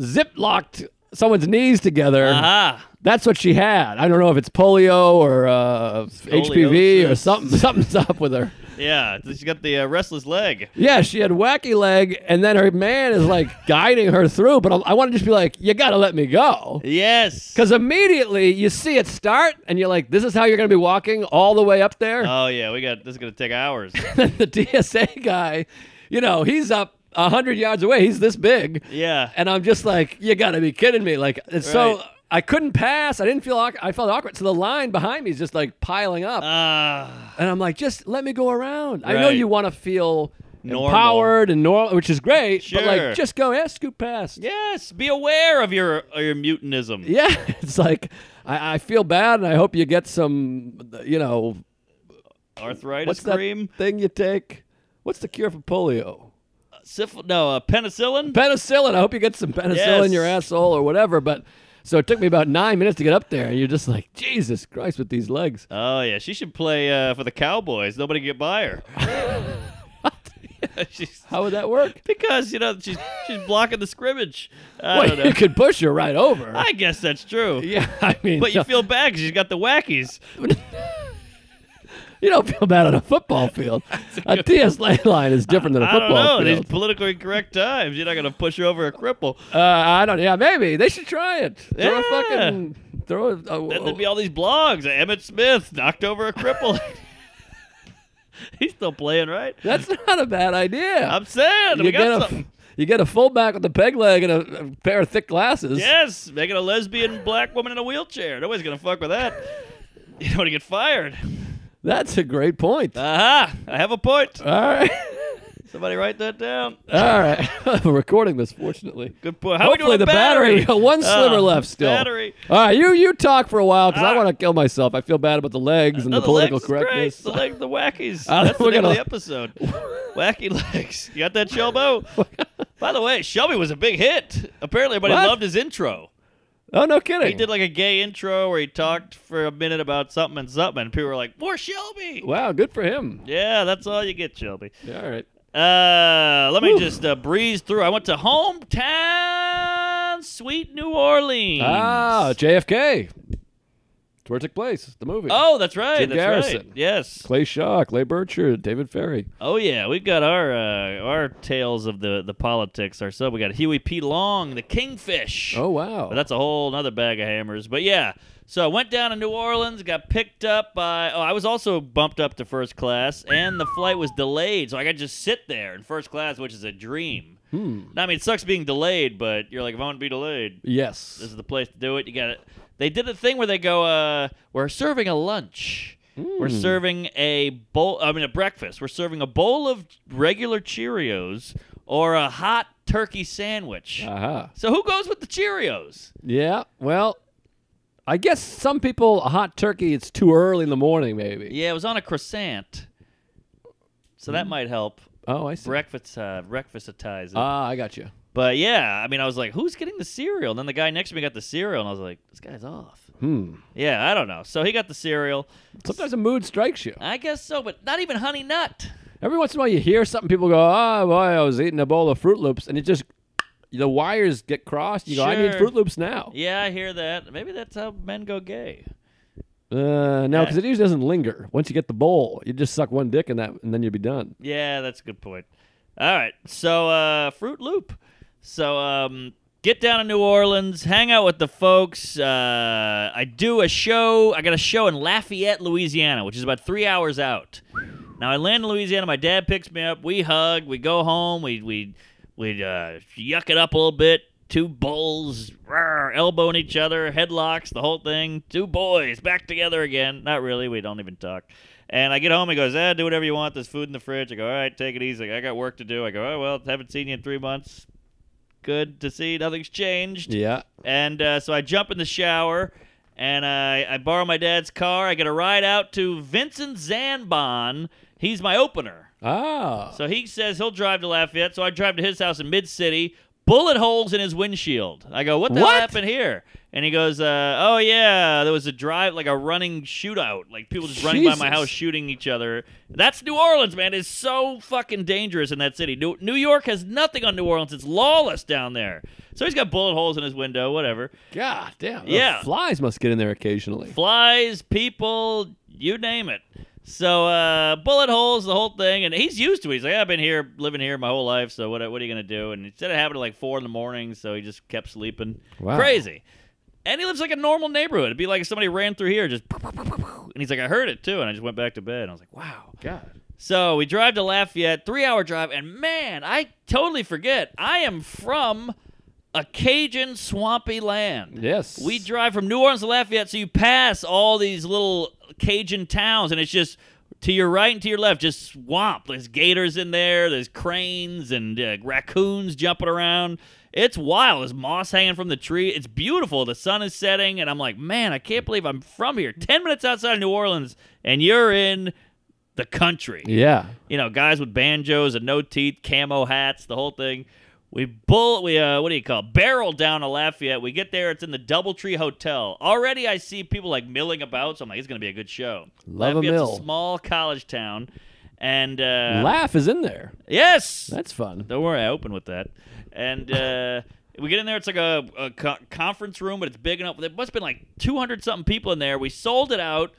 zip locked someone's knees together. Aha. That's what she had. I don't know if it's polio or uh, HPV or Scoliosis. something. Something's up with her. Yeah. She's got the uh, restless leg. Yeah, she had wacky leg, and then her man is like guiding her through. But I'm, I want to just be like, you gotta let me go, Yes. because immediately you see it start, and you're like, this is how you're gonna be walking all the way up there. Oh yeah, we got this. Is gonna take hours. the DSA guy, you know, he's up hundred yards away. He's this big. Yeah. and I'm just like, you gotta be kidding me! Like, and so Right. I couldn't pass. I didn't feel. awk- I felt awkward. So the line behind me is just like piling up, Ah. and I'm like, just let me go around. I know Right. you want to feel Normal. empowered and normal, which is great, but Sure. like, just go, yeah, scoot past. yes. Be aware of your of your mutinism. Yeah, it's like I, I feel bad, and I hope you get some, you know, Arthritis What's that cream? thing you take? What's the cure for polio? Syph- no, uh, penicillin? penicillin. I hope you get some penicillin Yes. in your asshole or whatever. But so it took me about nine minutes to get up there, and you're just like, Jesus Christ, with these legs. oh, yeah. She should play uh, for the Cowboys. Nobody can get by her. she's, How would that work? because, you know, she's, she's blocking the scrimmage. I Well, don't know. you could push her right over. I guess that's true. yeah, I mean, But you no, feel bad because she's got the wackies. you don't feel bad on a football field. a TS line is different than a I don't football know. in field. These politically incorrect times, you're not going to push her over a cripple. Uh, I don't. Yeah, maybe they should try it. Throw Yeah. a fucking throw a. a- Then there'd be all these blogs. Emmett Smith knocked over a cripple. He's still playing, right? that's not a bad idea. I'm saying. you we get got a something. you get a fullback with a peg leg and a, a pair of thick glasses. Yes, making a lesbian black woman in a wheelchair. Nobody's going to fuck with that. You don't want to get fired. that's a great point. Aha, I have a point. all right. Somebody write that down. All right, we're recording this. Fortunately, Good point. How hopefully we doing the on battery? We got one sliver Ah, left still. Battery. All right, you you talk for a while because I Ah. want to kill myself. I feel bad about the legs and No, the political Uh, legs is great. correctness. The leg, the wackies. I don't That's the think name we're of the episode. Wacky legs. You got that, Shelby? By the way, Shelby was a big hit. Apparently, everybody What? loved his intro. Oh no, kidding. He did like a gay intro where he talked for a minute about something and something, and people were like, "More Shelby." wow, good for him. Yeah, that's all you get, Shelby. Yeah, all right. Uh, let me Whew. just uh, breeze through. I went to hometown, sweet New Orleans. Ah, JFK. It's where it took place. The movie. oh, that's right. Jim that's right. Garrison. Yes. Clay Shaw, Clay Burchard, David Ferry. Oh yeah, we've got our uh, our tales of the the politics ourselves. We got Huey P. Long, the Kingfish. Oh wow. But that's a whole other bag of hammers. But yeah, so I went down to New Orleans, got picked up by. Oh, I was also bumped up to first class, and the flight was delayed, so I got to just sit there in first class, which is a dream. Hmm. Now, I mean, it sucks being delayed, but you're like, if I want to be delayed, Yes. this is the place to do it. You got it. They did a thing where they go, uh, we're serving a lunch. We're serving a bowl. I mean, a breakfast. We're serving a bowl of regular Cheerios or a hot turkey sandwich. uh-huh. so who goes with the Cheerios? Yeah. Well, I guess some people a hot turkey. It's too early in the morning, maybe. Yeah, it was on a croissant. So that might help. Oh, I see. Breakfast, uh, breakfastatize it. Ah, I got you. but yeah, I mean, I was like, who's getting the cereal? And then the guy next to me got the cereal, and I was like, this guy's off. Hmm. Yeah, I don't know. So he got the cereal. Sometimes a mood strikes you. I guess so, but not even honey nut. Every once in a while, you hear something. People go, "Oh boy, I was eating a bowl of Fruit Loops," and it just the wires get crossed. You go, "I need Sure. Fruit Loops now." Yeah, I hear that. Maybe that's how men go gay. Uh, no, because it usually doesn't linger. Once you get the bowl, you just suck one dick in that, and then you'll be done. Yeah, that's a good point. All right, so uh, Fruit Loop. So um, get down to New Orleans, hang out with the folks. Uh, I do a show. I got a show in Lafayette, Louisiana, which is about three hours out. Now I land in Louisiana. My dad picks me up. We hug. We go home. We we we uh, yuck it up a little bit. Two bulls rawr, elbowing each other, headlocks, the whole thing. Two boys back together again. Not really. We don't even talk. And I get home. He goes, "Ah, do whatever you want. There's food in the fridge." I go, "All right, take it easy. I got work to do." I go, "Oh well, haven't seen you in three months. Good to see. you. Nothing's changed." Yeah. And uh, so I jump in the shower and I, I borrow my dad's car. I get a ride out to Vincent Zanbon. He's my opener. Ah. So he says he'll drive to Lafayette. So I drive to his house in Mid City. Bullet holes in his windshield. I go, what the What? hell happened here? And he goes, uh, oh yeah, there was a drive, like a running shootout, like people just running by my Jesus. house shooting each other. That's New Orleans, man. It's so fucking dangerous in that city. New, New York has nothing on New Orleans. It's lawless down there. So he's got bullet holes in his window, whatever. God damn. the Yeah. Flies must get in there occasionally. Flies, people, you name it. So uh, bullet holes, the whole thing, and he's used to it. He's like, I've been here, living here my whole life. So what, what are you gonna do? And instead of happened at like four in the morning, so he just kept sleeping. Wow. Crazy. And he lives like a normal neighborhood. It'd be like if somebody ran through here, just, and he's like, I heard it too, and I just went back to bed. And I was like, wow. God. So we drive to Lafayette, three hour drive, and man, I totally forget. I am from a Cajun swampy land. Yes. We drive from New Orleans to Lafayette, so you pass all these little Cajun towns, and it's just to your right and to your left, just swamp. There's gators in there, there's cranes and uh, raccoons jumping around. It's wild. There's moss hanging from the tree. It's beautiful. The sun is setting, and I'm like, man, I can't believe I'm from here. 10 minutes outside of New Orleans, and you're in the country. Yeah. You know, guys with banjos and no teeth, camo hats, the whole thing. We bull, we uh, what do you call? it? Barrel down to Lafayette. We get there. It's in the DoubleTree Hotel. Already, I see people like milling about. So I'm like, it's gonna be a good show. Love a Lafayette's mill. small college town, and uh, Laugh is in there. yes, That's fun. don't worry, I open with that. And uh, we get in there. It's like a, a co- conference room, but it's big enough. There must have been like 200 something people in there. We sold it out.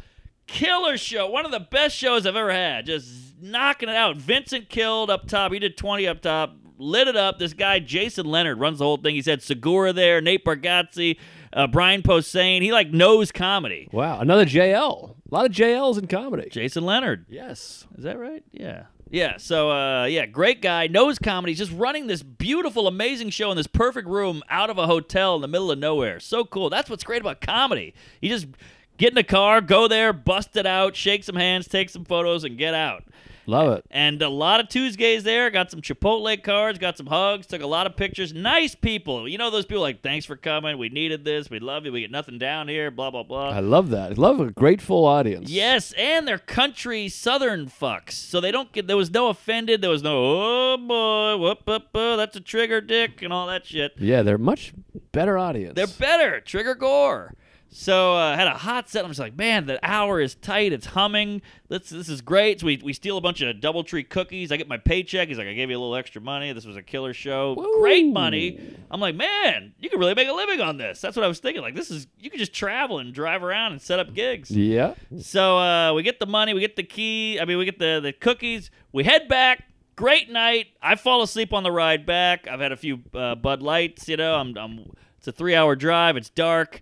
Killer show. One of the best shows I've ever had. Just knocking it out. Vincent killed up top. He did 20 up top. Lit it up. This guy, Jason Leonard, runs the whole thing. He's had Segura there, Nate Bargatze, uh, Brian Posehn. He like knows comedy. Wow. Another JL. A lot of JLs in comedy. Jason Leonard. yes. Is that right? Yeah. Yeah. So, uh, yeah, great guy, knows comedy, He's just running this beautiful, amazing show in this perfect room out of a hotel in the middle of nowhere. So cool. That's what's great about comedy. You just get in the car, go there, bust it out, shake some hands, take some photos, and get out. Love it. And a lot of Tuesdays there. Got some Chipotle cards, got some hugs, took a lot of pictures. Nice people. You know those people like, thanks for coming. We needed this. We love you. We get nothing down here. Blah, blah, blah. I love that. I love a grateful audience. Yes, and they're country southern fucks. So they don't get there was no offended, there was no oh boy, whoop up oh, that's a trigger dick and all that shit. Yeah, they're much better audience. They're better, trigger gore. So uh, had a hot set. I'm just like, man, the hour is tight. It's humming. This this is great. So we, we steal a bunch of DoubleTree cookies. I get my paycheck. He's like, I gave you a little extra money. This was a killer show. Great money. I'm like, man, you could really make a living on this. That's what I was thinking. Like, this is you could just travel and drive around and set up gigs. yeah. So uh, we get the money, we get the key. I mean, we get the the cookies. We head back. Great night. I fall asleep on the ride back. I've had a few uh, Bud Lights. You know, I'm, I'm. It's a three hour drive. It's dark.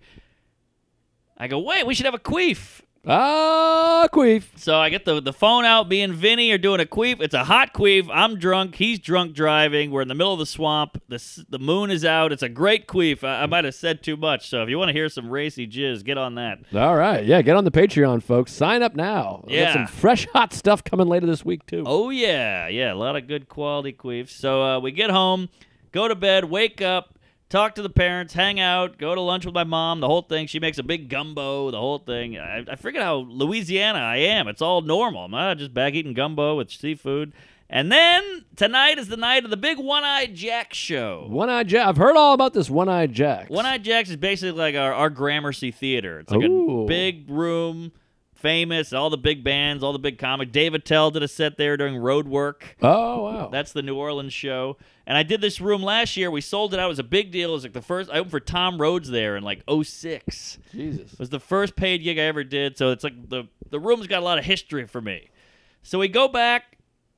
I go wait. We should have a queef. Ah, queef. So I get the the phone out. Me and Vinny are doing a queef. It's a hot queef. I'm drunk. He's drunk driving. We're in the middle of the swamp. The s- the moon is out. It's a great queef. I, I might have said too much. So if you want to hear some racy jizz, get on that. All right. Yeah, get on the Patreon, folks. Sign up now. We got Yeah. some fresh hot stuff coming later this week too. Oh yeah, yeah, a lot of good quality queefs. So uh, we get home, go to bed, wake up, talk to the parents, hang out, go to lunch with my mom, the whole thing. She makes a big gumbo, the whole thing. I, I forget how Louisiana I am. It's all normal. I'm uh, just back eating gumbo with seafood. And then tonight is the night of the big one-eyed Jack show. One Eye Jack. I've heard all about this One Eye Jack. One Eyed Jacks is basically like our, our Gramercy Theater. It's like Ooh. a big room, famous, all the big bands, all the big comics. Dave Attell did a set there during Road Work. Oh wow. That's the New Orleans show. And I did this room last year. We sold it out. It was a big deal. It was like the first I opened for Tom Rhodes there in like 06. Jesus. It was the first paid gig I ever did. So it's like the the room's got a lot of history for me. So we go back.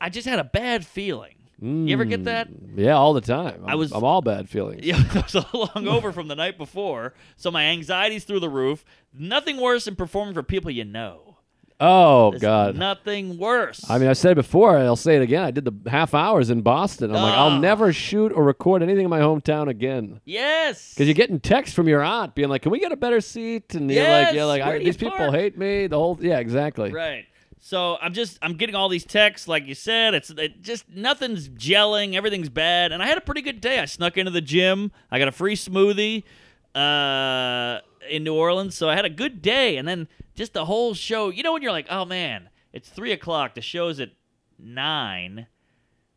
I just had a bad feeling. You ever get that? Yeah, all the time. I'm, I was- I'm all bad feelings. Yeah, I was all hungover from the night before, so my anxiety's through the roof. Nothing worse than performing for people you know. Oh There's god. nothing worse. I mean, I said it before, and I'll say it again. I did the half hours in Boston. I'm like, I'll Ah. never shoot or record anything in my hometown again. yes, Because you're getting texts from your aunt being like, "Can we get a better seat?" And you're like, Yes, "Yeah, like I, where do you these people park? hate me." The whole yeah, exactly. Right. So I'm just I'm getting all these texts, like you said. It's it just nothing's gelling, everything's bad, and I had a pretty good day. I snuck into the gym. I got a free smoothie uh, in New Orleans, so I had a good day. And then just the whole show, you know, when you're like, oh man, it's three o'clock. The show's at nine,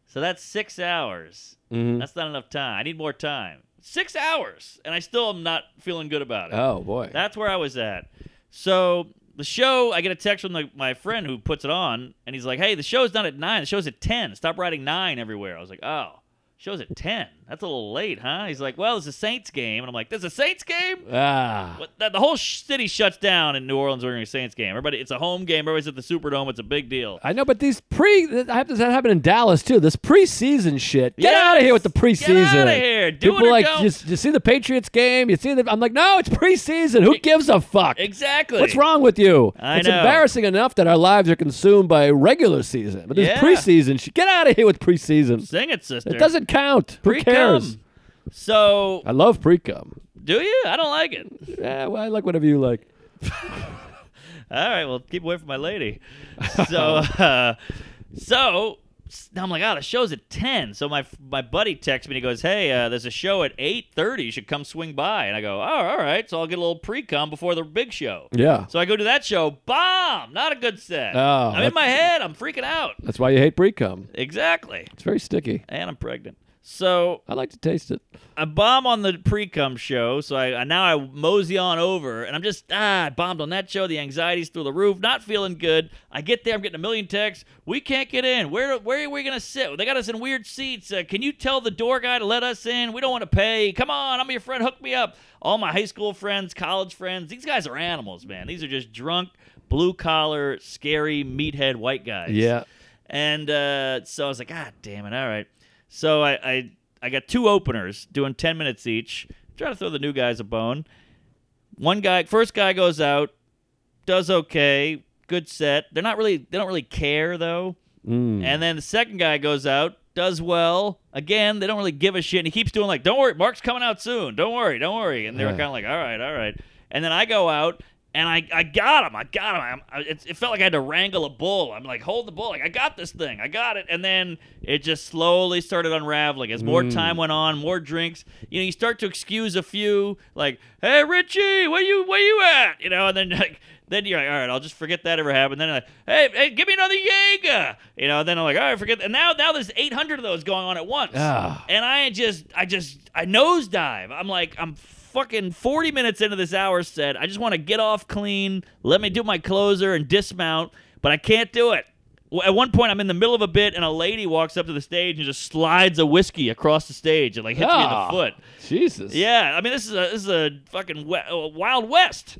so that's six hours. Mhm. That's not enough time. I need more time. Six hours, and I still am not feeling good about it. Oh boy. That's where I was at. So the show, I get a text from the, my friend who puts it on, and he's like, "Hey, the show's not at nine. The show's at ten. Stop writing nine everywhere." I was like, "Oh, show's at ten. That's a little late, huh?" He's like, "Well, it's a Saints game," and I'm like, "There's a Saints game." ah. What, the, the whole sh- city shuts down in New Orleans during a Saints game. Everybody, it's a home game. Everybody's at the Superdome. It's a big deal. I know, but these pre I have that happened in Dallas too. This preseason shit. Get Yes! out of here with the Get preseason. outta here. Do People it or like don't. You, you see the Patriots game. You see the. I'm like, no, it's preseason. Who gives a fuck? Exactly. What's wrong with you? I it's know. embarrassing enough that our lives are consumed by regular season, but this Yeah. preseason. shit. Get out of here with preseason. Sing it, sister. It doesn't count. Who Pre-cum. cares? So I love pre cum. do you? I don't like it. Yeah, well, I like whatever you like. All right, well, keep away from my lady. So, uh, so now I'm like, oh, the show's at ten. So my my buddy texts me and he goes, hey, uh, there's a show at eight thirty. You should come swing by. And I go, oh, all right. So I'll get a little pre cum before the big show. Yeah. So I go to that show. Bomb! Not a good set. Oh, I'm that's- in my head. I'm freaking out. That's why you hate pre cum. Exactly. It's very sticky. And I'm pregnant. So I like to taste it. I bomb on the pre-cum show, so I, I now I mosey on over, and I'm just ah, I bombed on that show. The anxiety's through the roof, not feeling good. I get there, I'm getting a million texts. We can't get in. Where where are we gonna sit? They got us in weird seats. Uh, can you tell the door guy to let us in? We don't want to pay. Come on, I'm your friend. Hook me up. All my high school friends, college friends. These guys are animals, man. These are just drunk, blue collar, scary meathead white guys. Yeah. And uh, so I was like, God damn it! All right. So I, I I got two openers doing ten minutes each. Try to throw the new guys a bone. One guy, first guy goes out, does okay, good set. They're not really they don't really care though. Mm. And then the second guy goes out, does well. Again, they don't really give a shit. And he keeps doing like, don't worry, Mark's coming out soon. Don't worry, don't worry. And they were Yeah. kind of like, all right, all right. And then I go out and I, I got him. I got him. I'm- I, it, it felt like I had to wrangle a bull. I'm like, hold the bull. Like, I got this thing. I got it. And then it just slowly started unraveling as more time went on, more drinks. You know, you start to excuse a few, like, hey, Richie, where you where you at? You know, and then like, then you're like, all right, I'll just forget that ever happened. Then like, hey, hey, give me another Jaeger. You know, then I'm like, all right, forget. And now, now there's 800 of those going on at once. Ah. And I just, I just, I nosedive. I'm like, I'm fucking 40 minutes into this hour set. I just want to get off clean. Let me do my closer and dismount, but I can't do it. W- At one point, I'm in the middle of a bit, and a lady walks up to the stage and just slides a whiskey across the stage and like hits me in Ah. the foot. Jesus. Yeah, I mean this is a this is a fucking we- uh, wild west.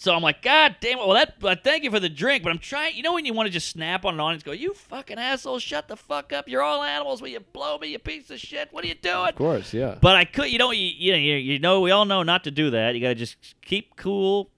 So I'm like, God damn it! Well, that uh, thank you for the drink, but I'm trying. You know when you want to just snap on an audience, go, you fucking asshole, shut the fuck up! You're all animals. Will you blow me, you piece of shit? What are you doing? Of course, yeah. But I could, you know, you, you know, you, you know, we all know not to do that. You got to just keep cool,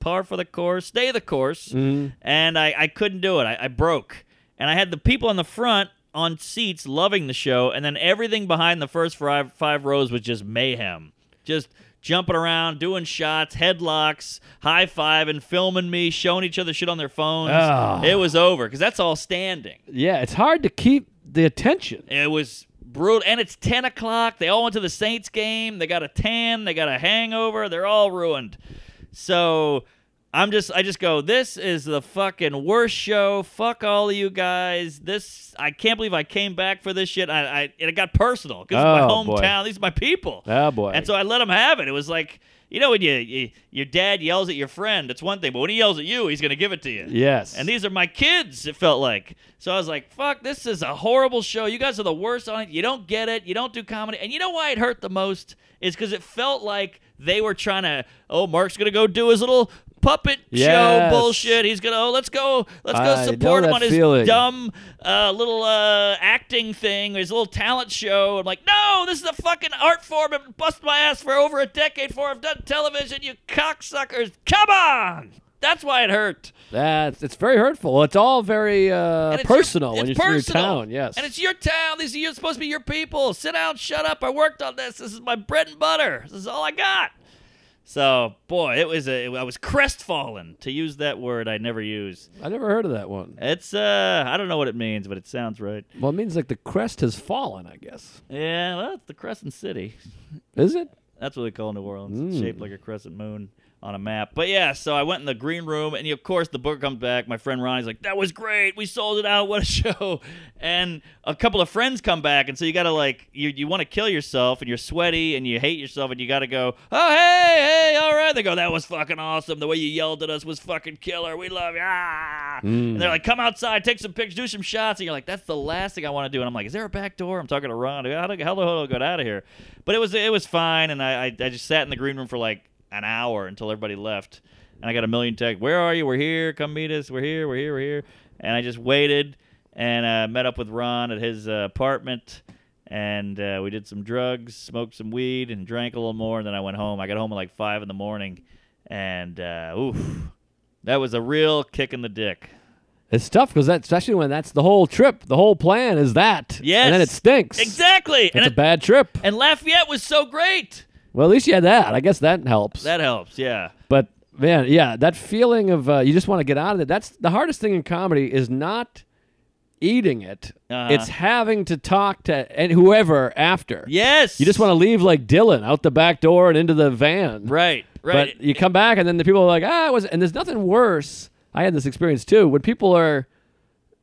par for the course, stay the course. Mm. And I, I couldn't do it. I, I broke. And I had the people in the front on seats loving the show, and then everything behind the first five, five rows was just mayhem, just jumping around, doing shots, headlocks, high five, and filming me, showing each other shit on their phones. Ah. It was over because that's all standing. Yeah, it's hard to keep the attention. It was brutal. And it's 10 o'clock. They all went to the Saints game. They got a tan. They got a hangover. They're all ruined. So I'm just, I just go, this is the fucking worst show. Fuck all of you guys. This, I can't believe I came back for this shit. I, I and it got personal because Oh, it's my boy. hometown. These are my people. Oh boy. And so I let him have it. It was like, you know, when you, you your dad yells at your friend, it's one thing, but when he yells at you, he's gonna give it to you. yes. And these are my kids, it felt like. So I was like, fuck, this is a horrible show. You guys are the worst on it. You don't get it. You don't do comedy. And you know why it hurt the most? Is because it felt like they were trying to, oh, Mark's going to go do his little puppet Yes. show bullshit. He's going to, oh, let's go, let's go I support know him that on his feeling. dumb uh, little uh, acting thing, his little talent show. I'm like, no, this is a fucking art form. I've been busting my ass for over a decade for. I've done television, you cocksuckers. Come on. That's why it hurt. That's it's very hurtful. Well, It's all very uh, And it's your- personal when it's it's in your personal. town. Yes. And it's your town. These are you're supposed to be your people. Sit down, shut up. I worked on this. This is my bread and butter. This is all I got. So, boy, it was a, I was crestfallen to use that word I never use. I never heard of that one. It's uh I don't know what it means, but it sounds right. Well, it means like the crest has fallen, I guess. Yeah, well, it's the Crescent City. Is it? That's what they call New Orleans. It's shaped like a crescent moon on a map. But yeah, so I went in the green room, and of course the book comes back. My friend Ronnie's like, "That was great. We sold it out. What a show!" And a couple of friends come back, and so you gotta like you you want to kill yourself, and you're sweaty, and you hate yourself, and you gotta go, "Oh hey hey, all right." They go, "That was fucking awesome. The way you yelled at us was fucking killer. We love you." Ah. And they're like, "Come outside, take some pictures, do some shots." And you're like, "That's the last thing I want to do." And I'm like, "Is there a back door?" I'm talking to Ron. How the hell do I get out of here? But it was it was fine, and I, I I just sat in the green room for like an hour until everybody left, and I got a million texts. Where are you? We're here. Come meet us. We're here. We're here. We're here. And I just waited and uh, met up with Ron at his uh, apartment. And uh, we did some drugs, smoked some weed, and drank a little more. And then I went home. I got home at like five in the morning, and uh, oof, that was a real kick in the dick. It's tough because that, especially when that's the whole trip. The whole plan is that. Yes. And then it stinks. Exactly. It's And, a it- bad trip. and Lafayette was so great. Well, at least you had that. I guess that helps. That helps. Yeah. But man, yeah, that feeling of uh, you just want to get out of it. That's the hardest thing in comedy is not eating it. Uh-huh. It's having to talk to and whoever after. Yes. You just want to leave like Dylan out the back door and into the van. Right. Right. But you come back and then the people are like, ah, it was and there's nothing worse. I had this experience too. When people are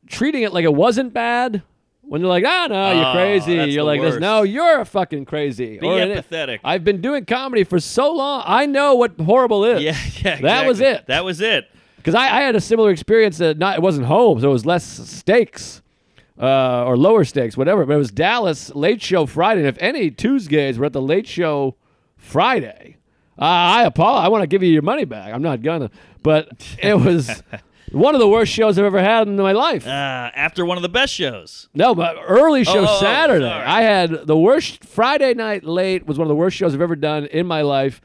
treating it like it wasn't bad, when they're like, ah, no, you're Oh, crazy. that's You're the like this. worst. No, you're fucking crazy. Be it- empathetic. I've been doing comedy for so long. I know what horrible is. yeah. Yeah. That was exactly. it. That was it. Because I, I had a similar experience that not it wasn't home, so it was less stakes uh, or lower stakes, whatever. But it was Dallas Late Show Friday, and if any Tuesdays were at the Late Show Friday, uh, I apologize. I want to give you your money back. I'm not gonna, but it was one of the worst shows I've ever had in my life. Uh, after one of the best shows. No, but early show Oh, oh, oh, Saturday. sorry. I had the worst Friday night late was one of the worst shows I've ever done in my life.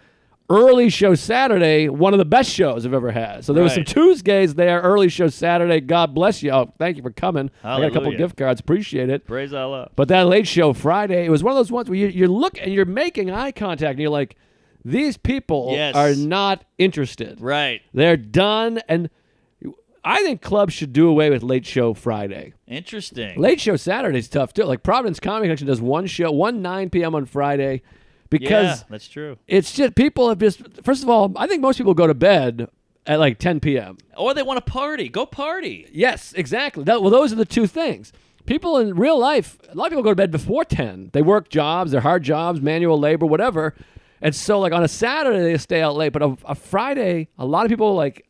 Early show Saturday, one of the best shows I've ever had. So there was some Right. Tuesdays there. Early show Saturday. God bless you. Oh, thank you for coming. I got a couple Hallelujah. gift cards. Appreciate it. Praise Allah. But that late show Friday, it was one of those ones where you, you're looking and you're making eye contact, and you're like, these people Yes. are not interested. Right. They're done. And I think clubs should do away with late show Friday. Interesting. Late Show Saturday's tough too. Like Providence Comedy Connection does one show, one nine p.m. on Friday, because yeah, that's true. it's just people have just. First of all, I think most people go to bed at like ten p.m. Or they want to party. Go party. Yes, exactly. That, well, those are the two things. People in real life, a lot of people go to bed before ten. They work jobs, they're hard jobs, manual labor, whatever. And so, like on a Saturday, they stay out late, but a, a Friday, a lot of people like.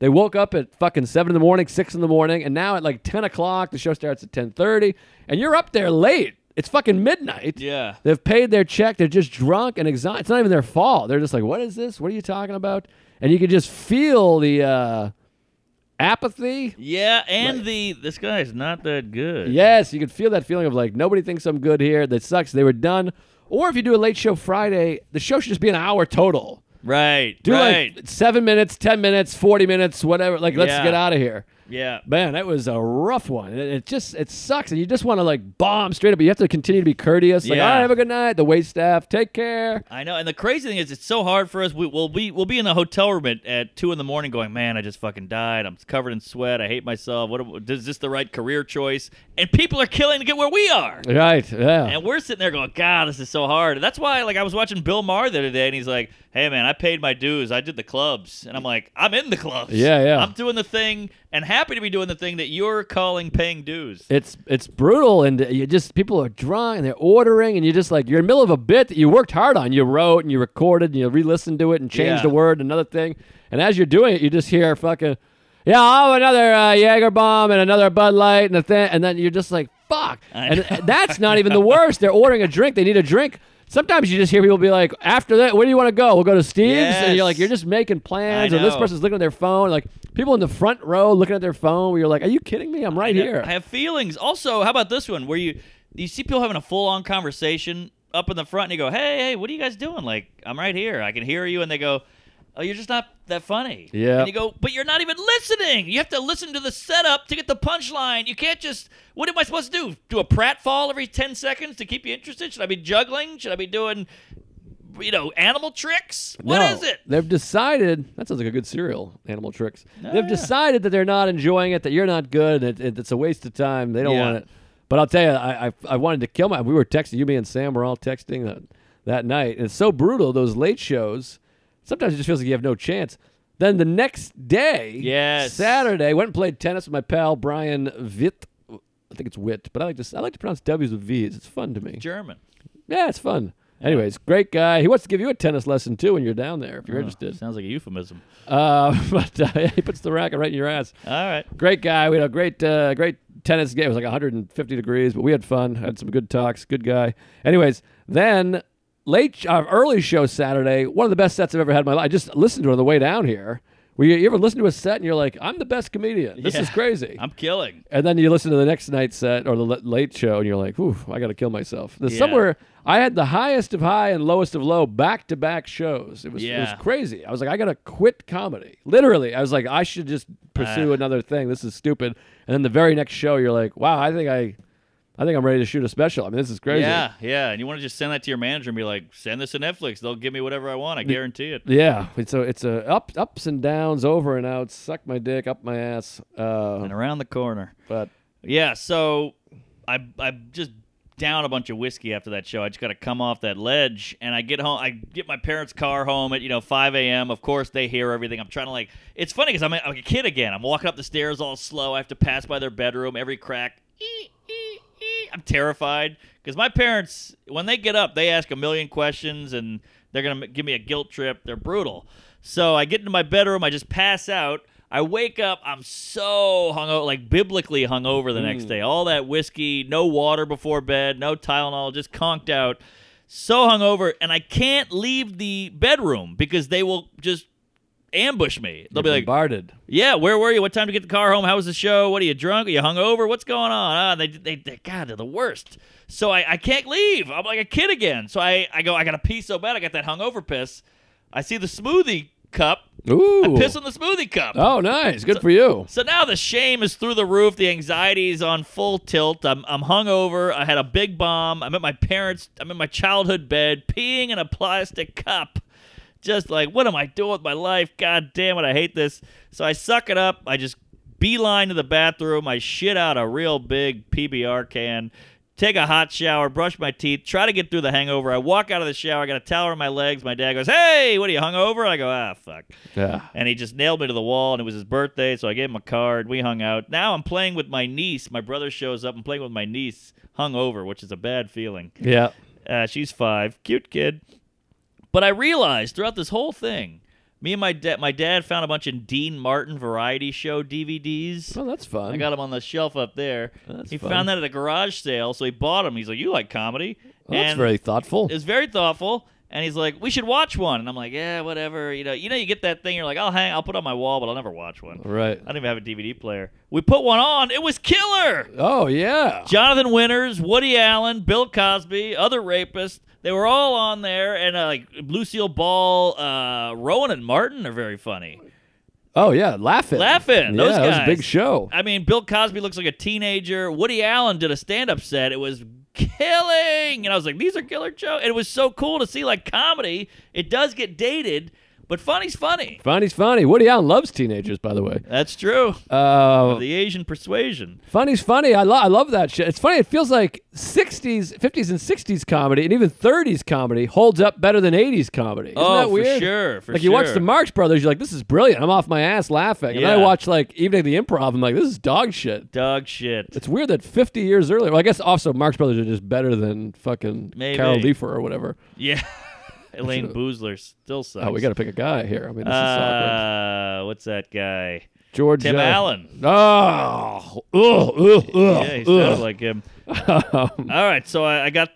They woke up at fucking seven in the morning, six in the morning, and now at like ten o'clock, the show starts at ten thirty, and you're up there late. It's fucking midnight. Yeah. They've paid their check. They're just drunk and exhausted. It's not even their fault. They're just like, "What is this? What are you talking about?" And you can just feel the uh, apathy. Yeah, and the this guy is not that good. Yes, you can feel that feeling of like nobody thinks I'm good here. That sucks. They were done. Or if you do a late show Friday, the show should just be an hour total. Right. Do right. like seven minutes, ten minutes, forty minutes, whatever. Like let's Yeah. get out of here. yeah. Man, that was a rough one. It, it just it sucks, and you just want to like bomb straight up. But you have to continue to be courteous. Like, Yeah. all right, have a good night. The wait staff, take care. I know, and the crazy thing is, it's so hard for us. We, we'll be we'll be in the hotel room at, at two in the morning, going, "Man, I just fucking died. I'm covered in sweat. I hate myself. What am- is this the right career choice?" And people are killing to get where we are, Right. Yeah. and we're sitting there going, "God, this is so hard." And that's why, like, I was watching Bill Maher the other day, and he's like, "Hey, man, I paid my dues. I did the clubs," and I'm like, "I'm in the clubs. Yeah, yeah. I'm doing the thing, and happy to be doing the thing that you're calling paying dues." it's it's brutal and you just people are drunk and they're ordering and you're just like you're in the middle of a bit that you worked hard on you wrote and you recorded and you re-listened to it and changed Yeah. a word another thing and as you're doing it you just hear fucking yeah I'll have another uh, Jaeger bomb and another Bud Light and a thing and then you're just like fuck I and know. and that's not even the worst they're ordering a drink they need a drink sometimes you just hear people be like after that where do you want to go we'll go to Steve's and you're like Yes. you're just making plans I or this know. person's looking at their phone like people in the front row looking at their phone where you're like are you kidding me I'm right I know- here I have feelings. Also, how about this one where you you see people having a full on conversation up in the front and you go, "Hey, hey, what are you guys doing?" Like, "I'm right here. I can hear you." And they go, "Oh, you're just not that funny." Yeah. And you go, "But you're not even listening. You have to listen to the setup to get the punchline. You can't just What am I supposed to do? Do a pratfall every 10 seconds to keep you interested? Should I be juggling? Should I be doing you know, animal tricks? What No, is it? They've decided that sounds like a good cereal. Animal tricks. they've yeah. decided that they're not enjoying it. That you're not good. And it, it, it's a waste of time. They don't Yeah. want it. But I'll tell you, I, I I wanted to kill my. We were texting. You, me, and Sam were all texting that that night. And it's so brutal. Those late shows. Sometimes it just feels like you have no chance. Then the next day, Yes. Saturday, went and played tennis with my pal Brian Witt. I think it's Witt, but I like to I like to pronounce W's with V's. It's fun to me. German. Yeah, it's fun. Anyways, great guy. He wants to give you a tennis lesson too when you're down there if you're interested. Sounds like a euphemism. Uh, but uh, yeah, he puts the racket right in your ass. All right. Great guy. We had a great, uh, great tennis game. It was like 150 degrees, but we had fun. Had some good talks. Good guy. Anyways, then late, uh, early show Saturday. One of the best sets I've ever had in my life. I just listened to it on the way down here. Where you, you ever listen to a set and you're like, I'm the best comedian. This is Yeah. crazy. I'm killing. And then you listen to the next night's set or the l- late show, and you're like, "Ooh, I got to kill myself." There's Yeah. Somewhere I had the highest of high and lowest of low back to back shows. It was it Yeah. was crazy. I was like, "I got to quit comedy." Literally, I was like, "I should just pursue Ah. another thing. This is stupid." And then the very next show, you're like, "Wow, I think I, I think I'm ready to shoot a special. I mean, this is crazy." Yeah, yeah. And you want to just send that to your manager and be like, send this to Netflix. They'll give me whatever I want. I guarantee it. Yeah. It's a it's a up ups and downs, over and outs. Suck my dick, up my ass. Uh, And around the corner. but Yeah, so I I just down a bunch of whiskey after that show. I just got to come off that ledge, and I get home. I get my parents' car home at you know 5 a.m. Of course, they hear everything. I'm trying to like. It's funny because I'm, a- I'm a kid again. I'm walking up the stairs all slow. I have to pass by their bedroom every crack. Ee, ee, ee. I'm terrified because my parents, when they get up, they ask a million questions and they're gonna m- give me a guilt trip. They're brutal. So I get into my bedroom. I just pass out. I wake up, I'm so hungover, like biblically hungover the next day. All that whiskey, no water before bed, no Tylenol, just conked out. So hungover, and I can't leave the bedroom because they will just ambush me. They'll be like, bombarded. yeah, where were you? What time to get the car home? How was the show? What are you drunk? Are you hungover? What's going on? Ah, they, they, they, God, they're the worst. So I, I can't leave. I'm like a kid again. So I, I go, I got to pee so bad. I got that hungover piss. I see the smoothie cup. Ooh. Piss on the smoothie cup. Oh, nice. Good for you. So now the shame is through the roof. The anxiety is on full tilt. I'm, I'm hungover. I had a big bomb. I'm at my parents. I'm in my childhood bed, peeing in a plastic cup. Just like, what am I doing with my life? God damn it, I hate this. So I suck it up. I just beeline to the bathroom. I shit out a real big PBR can. Take a hot shower, brush my teeth, try to get through the hangover. I walk out of the shower, I got a towel on my legs. My dad goes, Hey, what are you hungover? I go, Ah, fuck Yeah. and he just nailed me to the wall and it was his birthday so i gave him a card we hung out now i'm playing with my niece my brother shows up i'm playing with my niece hung over which is a bad feeling Yeah. uh, she's five cute kid but i realized throughout this whole thing me and my dad my dad found a bunch of dean martin variety show dvds Well, that's fun. I got him on the shelf up there. That's he fun. found that at a garage sale, so he bought him. He's like, "You like comedy?" Well, that's And- very thoughtful. is very thoughtful, and he's like, "We should watch one." And I'm like, "Yeah, whatever." You know, you know, you get that thing. You're like, "I'll hang, I'll put it on my wall, but I'll never watch one." Right. I don't even have a DVD player. We put one on. It was killer. Oh, yeah. Jonathan Winters, Woody Allen, Bill Cosby, other rapists. They were all on there, and uh, like Lucille Ball, uh, Rowan and Martin are very funny. Oh, yeah. Laughing. Laughing, Yeah, those that was a guys. big show. I mean, Bill Cosby looks like a teenager. Woody Allen did a stand-up set. It was killing, and I was like, "These are killer jokes." And it was so cool to see like comedy. It does get dated, but funny's funny. Funny's funny. Woody Allen loves teenagers, by the way. That's true. Uh, The Asian persuasion. funny's funny. I, lo- I love that shit. It's funny. It feels like 60s, 50s, and 60s comedy, and even 30s comedy holds up better than 80s comedy. Isn't oh, that weird? for sure. For like sure. you watch the Marx Brothers, you're like, "This is brilliant." I'm off my ass laughing, and then I Yeah. watch like Evening at the Improv. I'm like, "This is dog shit." dog shit. It's weird that 50 years earlier. Well, I guess also Marx Brothers are just better than fucking Maybe. Carol Leifer or whatever. Yeah, Elaine Boozler still sucks. Oh, we got to pick a guy here. I mean, this is awkward. Uh, what's that guy? George Tim uh, Allen. Oh, ugh, ugh, ugh, yeah, he sounds ugh. Um, like him. All right, so I, I got.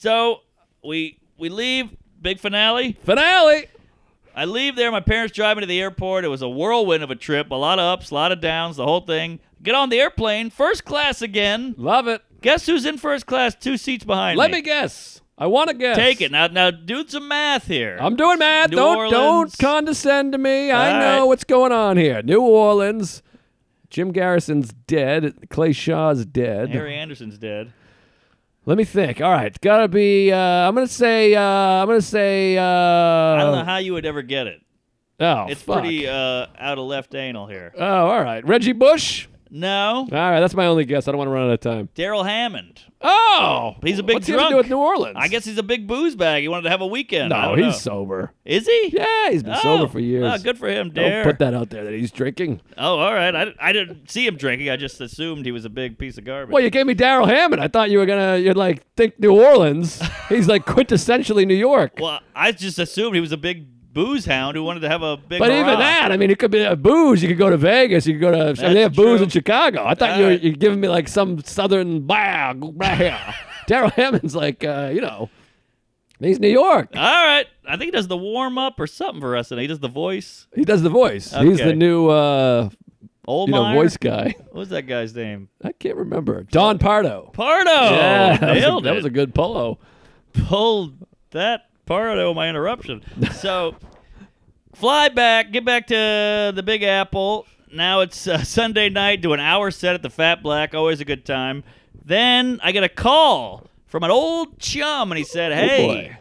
So we we leave big finale. finale. I leave there. My parents drive me to the airport. It was a whirlwind of a trip. A lot of ups, a lot of downs, the whole thing. Get on the airplane, first class again. Love it. Guess who's in first class? Two seats behind Let me guess. I want to guess. take it now. Now do some math here. I'm doing math. New don't Orleans. don't condescend to me. I All know right. what's going on here. New Orleans. Jim Garrison's dead. Clay Shaw's dead. Harry Anderson's dead. Let me think. All right, gotta be. Uh, I'm gonna say. Uh, I'm gonna say. Uh, I don't know how you would ever get it. oh, It's fuck. pretty uh, out of left anal here. oh, all right. Reggie Bush. No, All right, that's my only guess. I don't want to run out of time. Daryl Hammond. Oh, He's a big what's he have drunk. to do with New Orleans? I guess he's a big booze bag. He wanted to have a weekend. I No, don't he's know. sober. Is he? Yeah, he's been oh. sober for years. Oh, good for him, Don't Dare. put that out there that he's drinking. Oh, all right. I, I didn't see him drinking. I just assumed he was a big piece of garbage. Well, you gave me Daryl Hammond. I thought you were gonna. You'd like think New Orleans. he's like quintessentially New York. Well, I just assumed he was a big booze hound who wanted to have a big. But hurrah. even that, I mean, it could be a booze. You could go to Vegas. You could go to. I mean, they have That's booze true. in Chicago. I thought you were Alright. you're giving me like some southern blah. blah. Daryl Hammond's like, uh, you know, he's New York. All right. I think he does the warm up or something for us, and he does the voice. He does the voice. He's Okay. the new, uh, Old you know, voice guy. What was that guy's name? I can't remember. Don Pardo. Pardo. yeah, that was, a, Oh, Nailed that it. was a good polo. pulled that Pardo my interruption. So fly back, get back to the Big Apple. Now it's uh, Sunday night, do an hour set at the Fat Black, always a good time. Then I get a call from an old chum, and he said, Oh, "Hey, boy.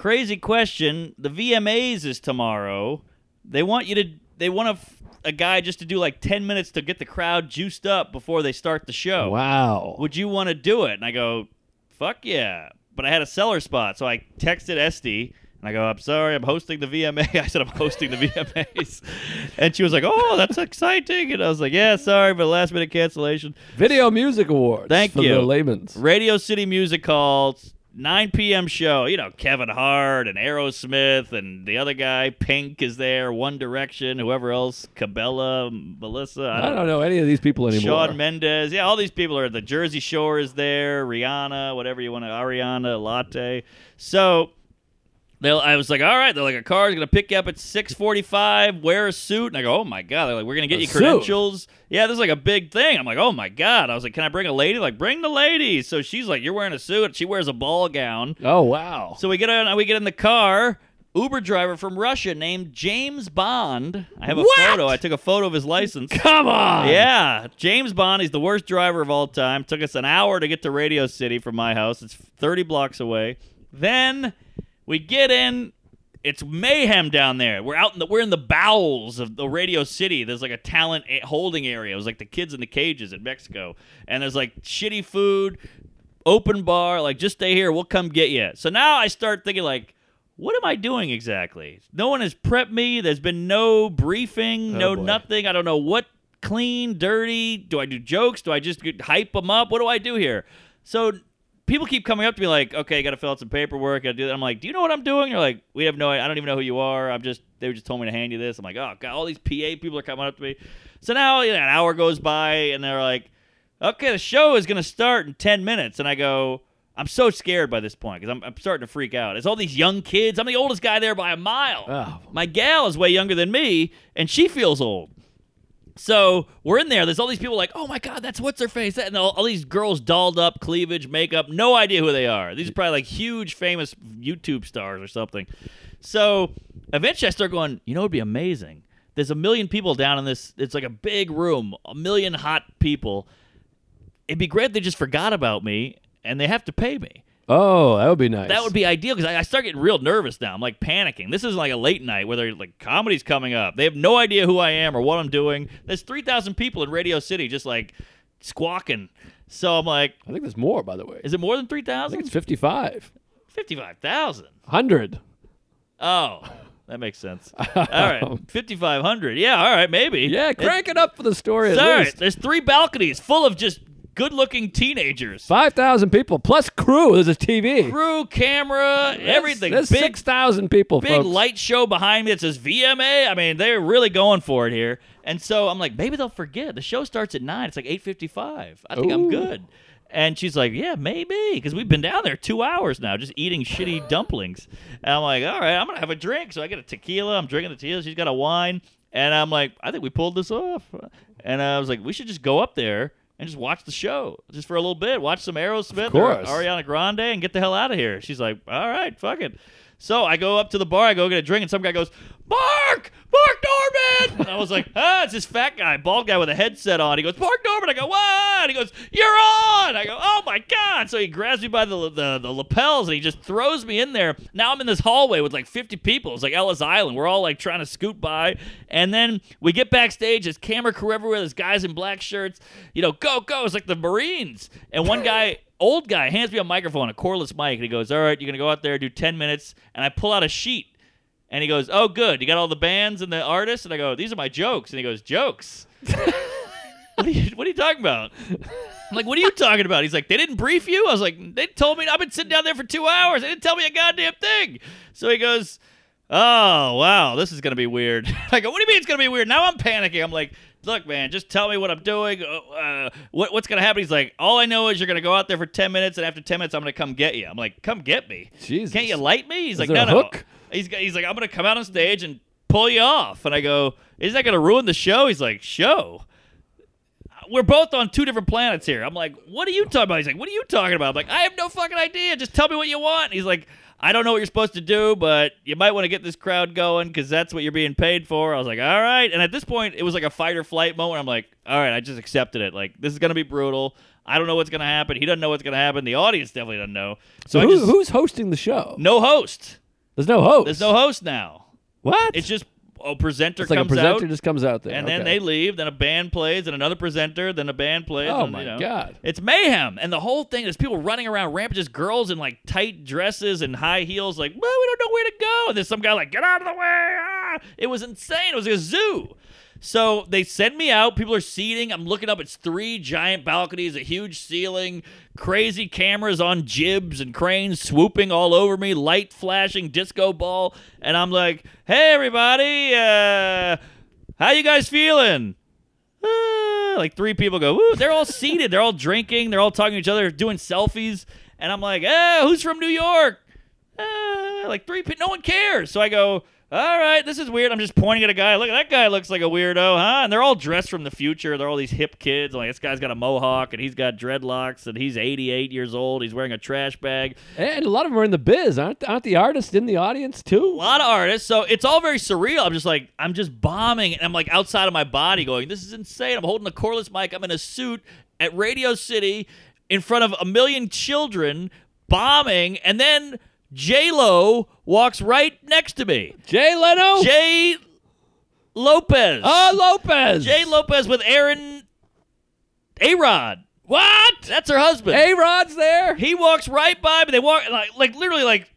crazy question. The VMAs is tomorrow. They want you to. They want to f- a guy just to do like 10 minutes to get the crowd juiced up before they start the show. Wow. Would you want to do it? And I go, fuck yeah. But I had a seller spot. So I texted Esty and I go, I'm sorry, I'm hosting the VMA. I said, I'm hosting the VMAs. and she was like, oh, that's exciting. And I was like, yeah, sorry, but last minute cancellation. Video Music Awards. Thank for you. The layman's. Radio City Music Hall, 9 p.m. show. You know, Kevin Hart and Aerosmith and the other guy, Pink, is there, One Direction, whoever else, Cabela, Melissa. I I don't, don't know any of these people anymore. Sean Mendez. Yeah, all these people are. The Jersey Shore is there. Rihanna, whatever you want to. Ariana Latte. So. They'll, I was like, all right. They're like, a car's gonna pick you up at six forty-five. Wear a suit, and I go, oh my god. They're like, we're gonna get A you suit? credentials. Yeah, this is like a big thing. I'm like, oh my god. I was like, can I bring a lady? Like, bring the lady. So she's like, you're wearing a suit. She wears a ball gown. oh wow. So we get on. We get in the car. Uber driver from Russia named James Bond. I have a What? photo. I took a photo of his license. Come on. Yeah, James Bond. He's the worst driver of all time. Took us an hour to get to Radio City from my house. It's 30 blocks away. Then we get in. It's mayhem down there. We're out in the we're in the bowels of the Radio City. There's like a talent a- holding area. It was like the kids in the cages in Mexico. And there's like shitty food, open bar. Like just stay here. We'll come get you. So now I start thinking like. What am I doing exactly? No one has prepped me. There's been no briefing, Oh, no boy. nothing thing. I don't know what clean, dirty. Do I do jokes? Do I just get- hype them up? What do I do here? So people keep coming up to me like, okay, got to fill out some paperwork. I do that. I'm like, do you know what I'm doing? They're like, we have no. I don't even know who you are. I'm just. They just told me to hand you this. I'm like, oh god, all these PA people are coming up to me. So now you know, an hour goes by and they're like, okay, the show is gonna start in ten minutes, and I go. I'm so scared by this point because I'm, I'm starting to freak out. It's all these young kids. I'm the oldest guy there by a mile. Oh. My gal is way younger than me, and she feels old. So we're in there. There's all these people like, oh my god, that's what's her face, and all, all these girls dolled up, cleavage, makeup, no idea who they are. These are probably like huge, famous YouTube stars or something. So eventually, I start going, you know, it'd be amazing. There's a million people down in this. It's like a big room, a million hot people. It'd be great if they just forgot about me and they have to pay me. Oh, that would be nice. That would be ideal because I, I start getting real nervous now. I'm like panicking. This is like a late night where they're like comedy's coming up. They have no idea who I am or what I'm doing. There's three thousand people in Radio City just like squawking. So I'm like, I think there's more, by the way. is it more than three I think it's thousand? 55. Fifty-five thousand. 100. Oh, that makes sense. All right, fifty-five hundred. Yeah, all right, maybe. Yeah, crank it, up for the story It's, at all right. least. There's three balconies full of just good-looking teenagers. 5,000 people plus crew. There's a TV. Crew, camera, everything. There's Big 6,000 people, big folks. light show behind me that says VMA. I mean, they're really going for it here. And so I'm like, maybe they'll forget. The show starts at nine. It's like eight fifty-five. I think I'm Ooh. good. And she's like, yeah, maybe, because we've been down there two hours now, just eating shitty dumplings. And I'm like, all right, I'm gonna have a drink. So I get a tequila. I'm drinking the tequila. She's got a wine. And I'm like, I think we pulled this off. And I was like, we should just go up there and just watch the show just for a little bit, watch some Aerosmith, Of course. or E Ariana Ariana Grande and get the hell out of here. She's like, all right, fuck it. So I go up to the bar, I go get a drink, and some guy goes, Mark! Mark Norman! And I was like, ah, it's this fat guy, bald guy with a headset on. He goes, Mark Norman. I go, what? He goes, you're on! I go, oh my God. So he grabs me by the, the, the lapels and he just throws me in there. Now I'm in this hallway with like 50 people. It's like Ellis Island. We're all like trying to scoot by. And then we get backstage, there's camera crew everywhere, there's guys in black shirts. You know, go, go. It's like the Marines. And one guy, old guy hands me a microphone, a cordless mic, and he goes, "All right, you're gonna go out there do 10 minutes." And I pull out a sheet, and he goes, "Oh, good, you got all the bands and the artists." And I go, "These are my jokes," and he goes, "Jokes." what are you What are you talking about? I'm like, what are you talking about? He's like, they didn't brief you. I was like, they told me I've been sitting down there for two hours. They didn't tell me a goddamn thing. So he goes, oh wow, this is gonna be weird. I go, what do you mean it's gonna be weird? Now I'm panicking. I'm like, look, man, just tell me what I'm doing. Uh, what, what's gonna happen? He's like, all I know is you're gonna go out there for ten minutes, and after ten minutes, I'm gonna come get you. I'm like, come get me. Jesus. Can't you light me? He's Is like, there no, a no. hook? He's, he's like, I'm going to come out on stage and pull you off. And I go, is that going to ruin the show? He's like, show. We're both on two different planets here. I'm like, what are you talking about? He's like, what are you talking about? I'm like, I have no fucking idea. Just tell me what you want. And he's like, I don't know what you're supposed to do, but you might want to get this crowd going because that's what you're being paid for. I was like, all right. And at this point, it was like a fight or flight moment. I'm like, all right, I just accepted it. Like, this is going to be brutal. I don't know what's going to happen. He doesn't know what's going to happen. The audience definitely doesn't know. so I who, just- who's hosting the show? no host. There's no host. There's no host now. What? It's just a presenter It's like a comes presenter out, just comes out there. and then Okay. they leave. Then a band plays, and another presenter. Then a band plays. Oh and, my you know, God. It's mayhem, and the whole thing is people running around rampant, just girls in like tight dresses and high heels, like well, we don't know where to go. And there's some guy like, get out of the way! Ah! It was insane. It was like a zoo. So they send me out. People are seating. I'm looking up. It's three giant balconies, a huge ceiling, crazy cameras on jibs and cranes swooping all over me, light flashing, disco ball, and I'm like, hey everybody, uh, how you guys feeling? "Ah," like three people go, Ooh, they're all seated, they're all drinking, they're all talking to each other, doing selfies, and I'm like, ah, who's from New York? "Ah," like three people, no one cares. So I go, all right, this is weird. I'm just pointing at a guy. Look, that guy looks like a weirdo, huh? And they're all dressed from the future. They're all these hip kids. Like this guy's got a mohawk and he's got dreadlocks and he's 88 years old. He's wearing a trash bag. And a lot of them are in the biz, aren't aren't the artists in the audience too? a lot of artists. So it's all very surreal. I'm just like, I'm just bombing, and I'm like outside of my body, going, "This is insane." I'm holding a cordless mic. I'm in a suit at Radio City in front of a million children, bombing, and then J Lo walks right next to me. Jay Leno, Jay Lopez. Ah, Lopez, Jay Lopez with Aaron A Rod. What? That's her husband. A Rod's there. He walks right by me. They walk like, like literally like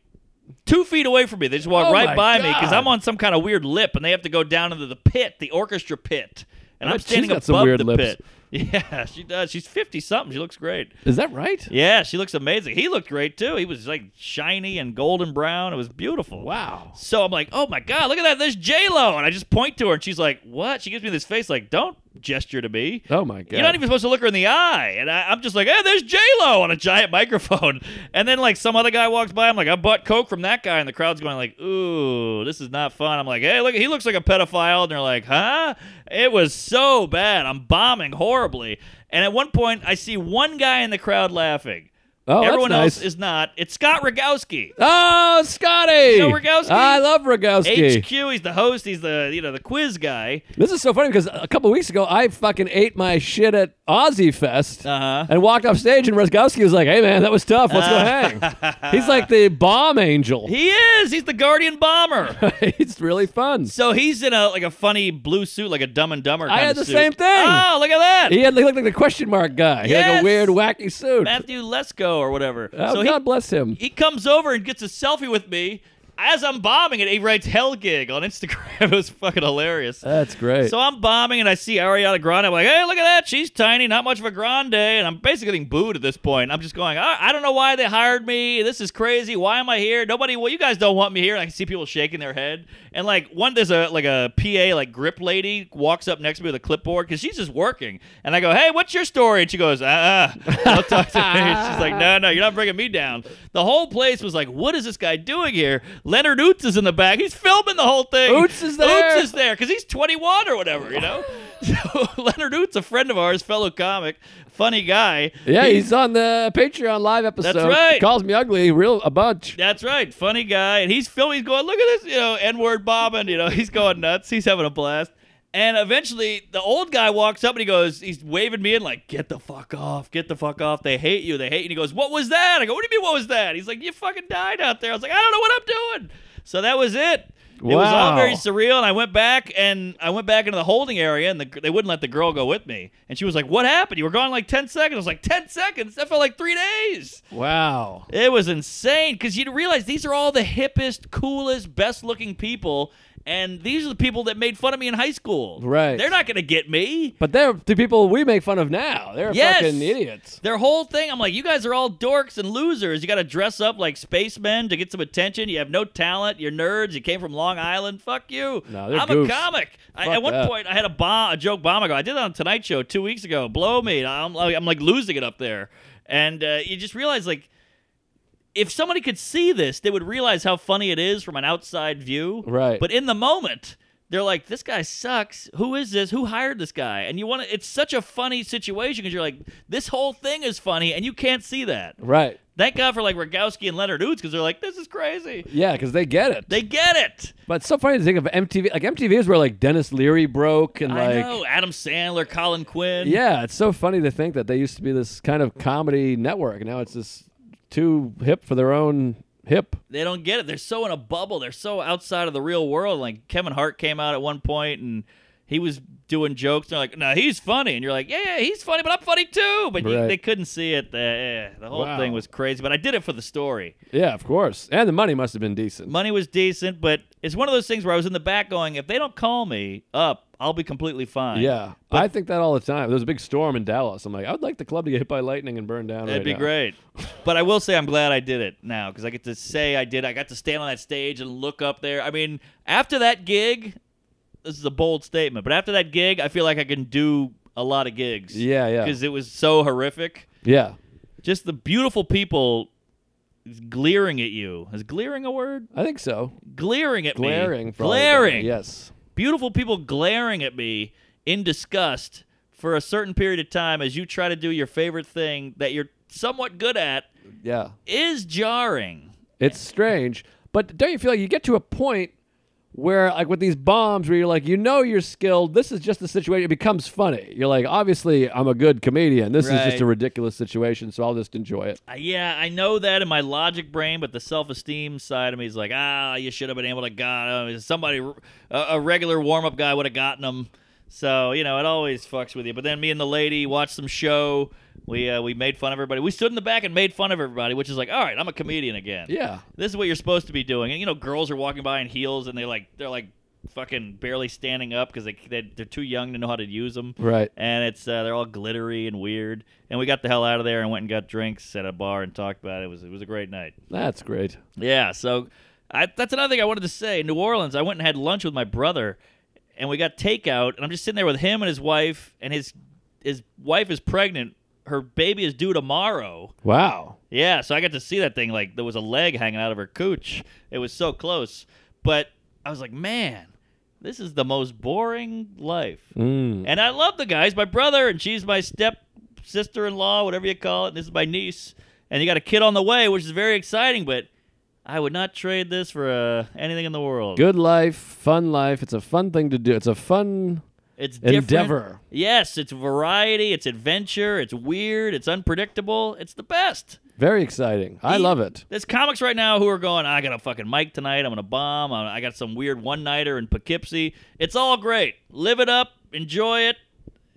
two feet away from me. They just walk Oh my right by me because God. I'm on some kind of weird lip, and they have to go down into the pit, the orchestra pit, and I I'm bet she's standing got above some weird the lips. pit. Yeah, she does. She's fifty something. She looks great. Is that right? Yeah, she looks amazing. He looked great too. He was like shiny and golden brown. It was beautiful. Wow. So I'm like, oh my god, look at that. There's J Lo, and I just point to her, and she's like, what? She gives me this face, like, don't gesture to me. Oh my god. You're not even supposed to look her in the eye. And I, I'm just like, hey, there's J Lo on a giant microphone. And then like some other guy walks by. I'm like, I bought Coke from that guy. And the crowd's going like, ooh, this is not fun. I'm like, hey, look, he looks like a pedophile. And they're like, huh? It was so bad. I'm bombing horribly. And at one point, I see one guy in the crowd laughing. Oh, that's Everyone nice. else is not. It's Scott Rogowski. Oh, Scotty! know Rogowski? I love Rogowski. HQ, he's the host. He's the you know the quiz guy. This is so funny because a couple weeks ago I fucking ate my shit at Ozzy Fest Uh-huh. and walked off stage and Rogowski was like, "Hey man, that was tough. Let's go hang." He's like the bomb angel. Uh. He is. He's the Guardian bomber. it's really fun. So he's in a like a funny blue suit, like a Dumb and Dumber. I kind had of the suit. same thing. Oh, look at that, He had he looked like the question mark guy. He had like Yes! a weird wacky suit. Matthew Lesko or whatever. Oh, so God bless him. he he comes over and gets a selfie with me as I'm bombing it. He writes "hell gig" on Instagram. it was fucking hilarious. That's great. So I'm bombing and I see Ariana Grande. I'm like, hey, look at that. She's tiny, not much of a grande. And I'm basically getting booed at this point. I'm just going, I, I don't know why they hired me. This is crazy. Why am I here? Nobody, well, you guys don't want me here. And I can see people shaking their head. And like one, there's a like a PA, like grip lady walks up next to me with a clipboard because she's just working. And I go, hey, what's your story? And she goes, ah, uh, don't talk to me. She's like, no, no, you're not bringing me down. The whole place was like, what is this guy doing here? Leonard Oots is in the back. He's filming the whole thing. Oots is there? is there because he's 21 or whatever, you know? so Leonard Oots, a friend of ours, fellow comic, funny guy. yeah, he's on the Patreon live episode. right. He calls me ugly real a bunch. That's right, funny guy. And he's filming, he's going, look at this, you know, N word bombing, you know, he's going nuts. He's having a blast. And eventually, the old guy walks up and he goes, he's waving me in, like, get the fuck off, get the fuck off. They hate you, they hate you. And he goes, what was that? I go, what do you mean, what was that? He's like, you fucking died out there. I was like, I don't know what I'm doing. So that was it. It was all Wow. very surreal, and I went back and I went back into the holding area, and the, they wouldn't let the girl go with me. And she was like, "What happened? You were gone like ten seconds." I was like, 10 seconds? That felt like three days." Wow. It was insane because you realize these are all the hippest, coolest, best looking people. And these are the people that made fun of me in high school. Right. They're not going to get me. But they're the people we make fun of now. They're Yes. fucking idiots. Their whole thing, I'm like, you guys are all dorks and losers. You got to dress up like spacemen to get some attention. You have no talent. You're nerds. You came from Long Island. Fuck you. No, they're I'm goofs. a comic. I, Fuck at one that. point, I had a bomb, a joke bomb. I go, I did it on Tonight Show two weeks ago. Blow me. I'm, like- I'm like losing it up there. And uh, you just realize, like, if somebody could see this, they would realize how funny it is from an outside view. Right. But in the moment, they're like, "This guy sucks. Who is this? Who hired this guy?" And you want to. It's such a funny situation because you're like, "This whole thing is funny," and you can't see that. Right. Thank God for like Rogowski and Leonard Oots because they're like, "This is crazy." Yeah, because they get it. They get it. but it's so funny to think of MTV. Like MTV is where like Dennis Leary broke and I like know. Adam Sandler, Colin Quinn. yeah, it's so funny to think that they used to be this kind of comedy network. and Now it's just too hip for their own hip. they don't get it. They're so in a bubble. They're so outside of the real world. Like Kevin Hart came out at one point and he was doing jokes. And they're like, no, he's funny. And you're like, yeah, yeah, he's funny, but I'm funny too. But you, Right. they couldn't see it. Uh, yeah, the whole Wow. thing was crazy. But I did it for the story. Yeah, of course. And the money must have been decent. Money was decent, but it's one of those things where I was in the back going, if they don't call me up, I'll be completely fine. Yeah, I think that all the time. There was a big storm in Dallas. I'm like, I would like the club to get hit by lightning and burn down. That'd right be now. great. But I will say I'm glad I did it now because I get to say I did. I got to stand on that stage and look up there. I mean, after that gig, this is a bold statement, but after that gig, I feel like I can do a lot of gigs. Yeah, yeah. Because it was so horrific. Yeah, Just the beautiful people glaring at you. Is glaring a word? I think so. Glaring at Glaring, me. probably. Glaring. Yes. Beautiful people glaring at me in disgust for a certain period of time as you try to do your favorite thing that you're somewhat good at Yeah. is jarring. It's strange, but don't you feel like you get to a point where, like, with these bombs, where you're like, you know, you're skilled. This is just the situation. It becomes funny. You're like, obviously, I'm a good comedian. This is just Right. a ridiculous situation, so I'll just enjoy it. Uh, Yeah, I know that in my logic brain, but the self-esteem side of me is like, ah, you should have been able to got him. Somebody, a, a regular warm-up guy would have gotten him. So you know, it always fucks with you. But then me and the lady watched some show. We uh, we made fun of everybody. We stood in the back and made fun of everybody, which is like, all right, I'm a comedian again. Yeah. This is what you're supposed to be doing. And you know, girls are walking by in heels, and they like they're like fucking barely standing up because they, they they're too young to know how to use them. Right. And it's uh, they're all glittery and weird. And we got the hell out of there and went and got drinks at a bar and talked about it. It was it was a great night. That's great. Yeah. So I, that's another thing I wanted to say. New Orleans. I went and had lunch with my brother, and we got takeout. And I'm just sitting there with him and his wife. And his his wife is pregnant. Her baby is due tomorrow. Wow. Yeah, so I got to see that thing. Like there was a leg hanging out of her cooch. It was so close. But I was like, man, this is the most boring life. Mm. And I love the guys. My brother and she's my step sister in law, whatever you call it. And this is my niece. And you got a kid on the way, which is very exciting. But I would not trade this for uh, anything in the world. Good life, fun life. It's a fun thing to do. It's a fun. It's different. Endeavor. Yes, it's variety. It's adventure. It's weird. It's unpredictable. It's the best. Very exciting. I love it. There's comics right now who are going, I got a fucking mic tonight. I'm going to bomb. I I got some weird one nighter in Poughkeepsie. It's all great. Live it up, enjoy it,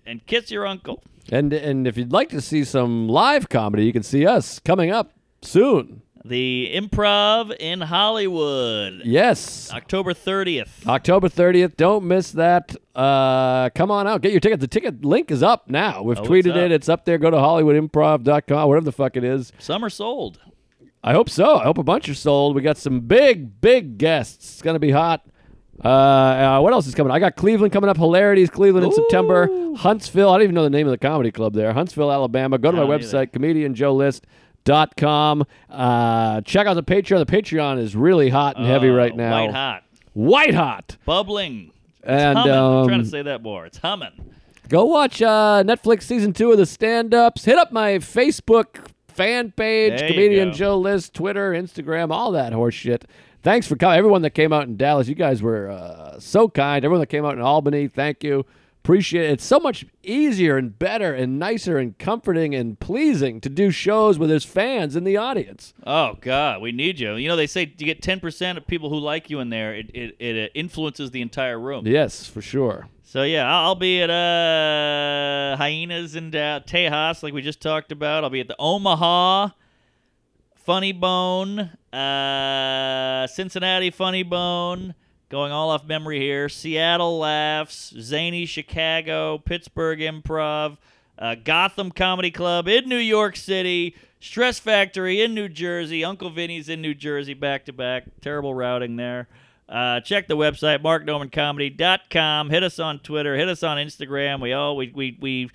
and kiss your uncle. And and if you'd like to see some live comedy, you can see us coming up soon. The improv in Hollywood, Yes. Uh, October 30th. October 30th. Don't miss that. Uh, come on out. Get your ticket. The ticket link is up now. We've Oh, it's tweeted up. it. It's up there. Go to hollywoodimprov.com, whatever the fuck it is. Some are sold. I hope so. I hope a bunch are sold. We got some big, big guests. It's going to be hot. Uh, uh, what else is coming? I got Cleveland coming up. Hilarities, Cleveland in September. Huntsville. I don't even know the name of the comedy club there. Huntsville, Alabama. Go to my don't website, comedianjoelist.com. Uh, check out the Patreon. The Patreon is really hot and heavy Uh, right now. White hot. White hot. Bubbling. It's And, humming. I'm trying um, to say that more. It's humming. Go watch uh, Netflix season two of the stand ups. Hit up my Facebook fan page, There you Comedian go. Joe List, Twitter, Instagram, all that horse shit. Thanks for coming. Everyone that came out in Dallas, you guys were uh, so kind. Everyone that came out in Albany, thank you. Appreciate it. It's so much easier and better and nicer and comforting and pleasing to do shows where there's fans in the audience. Oh God, we need you. You know they say you get ten percent of people who like you in there. It it, it uh, influences the entire room. Yes, for sure. So yeah, I- I'll be at uh, Hyenas in uh, Tejas, like we just talked about. I'll be at the Omaha Funny Bone, uh, Cincinnati Funny Bone. Going all off memory here. Seattle Laughs, Zany Chicago, Pittsburgh Improv, uh, Gotham Comedy Club in New York City, Stress Factory in New Jersey, Uncle Vinny's in New Jersey back to back. Terrible routing there. Uh, check the website, marknormancomedy.com. Hit us on Twitter. Hit us on Instagram. We all we, we, we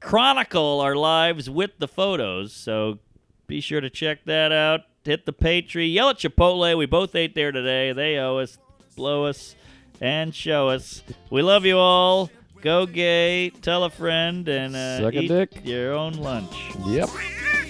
chronicle our lives with the photos. So be sure to check that out. Hit the Patreon. Yell at Chipotle. We both ate there today. They owe us, blow us, and show us. We love you all. Go gay. Tell a friend and uh, Suck a eat dick. your own lunch. Yep. Yep.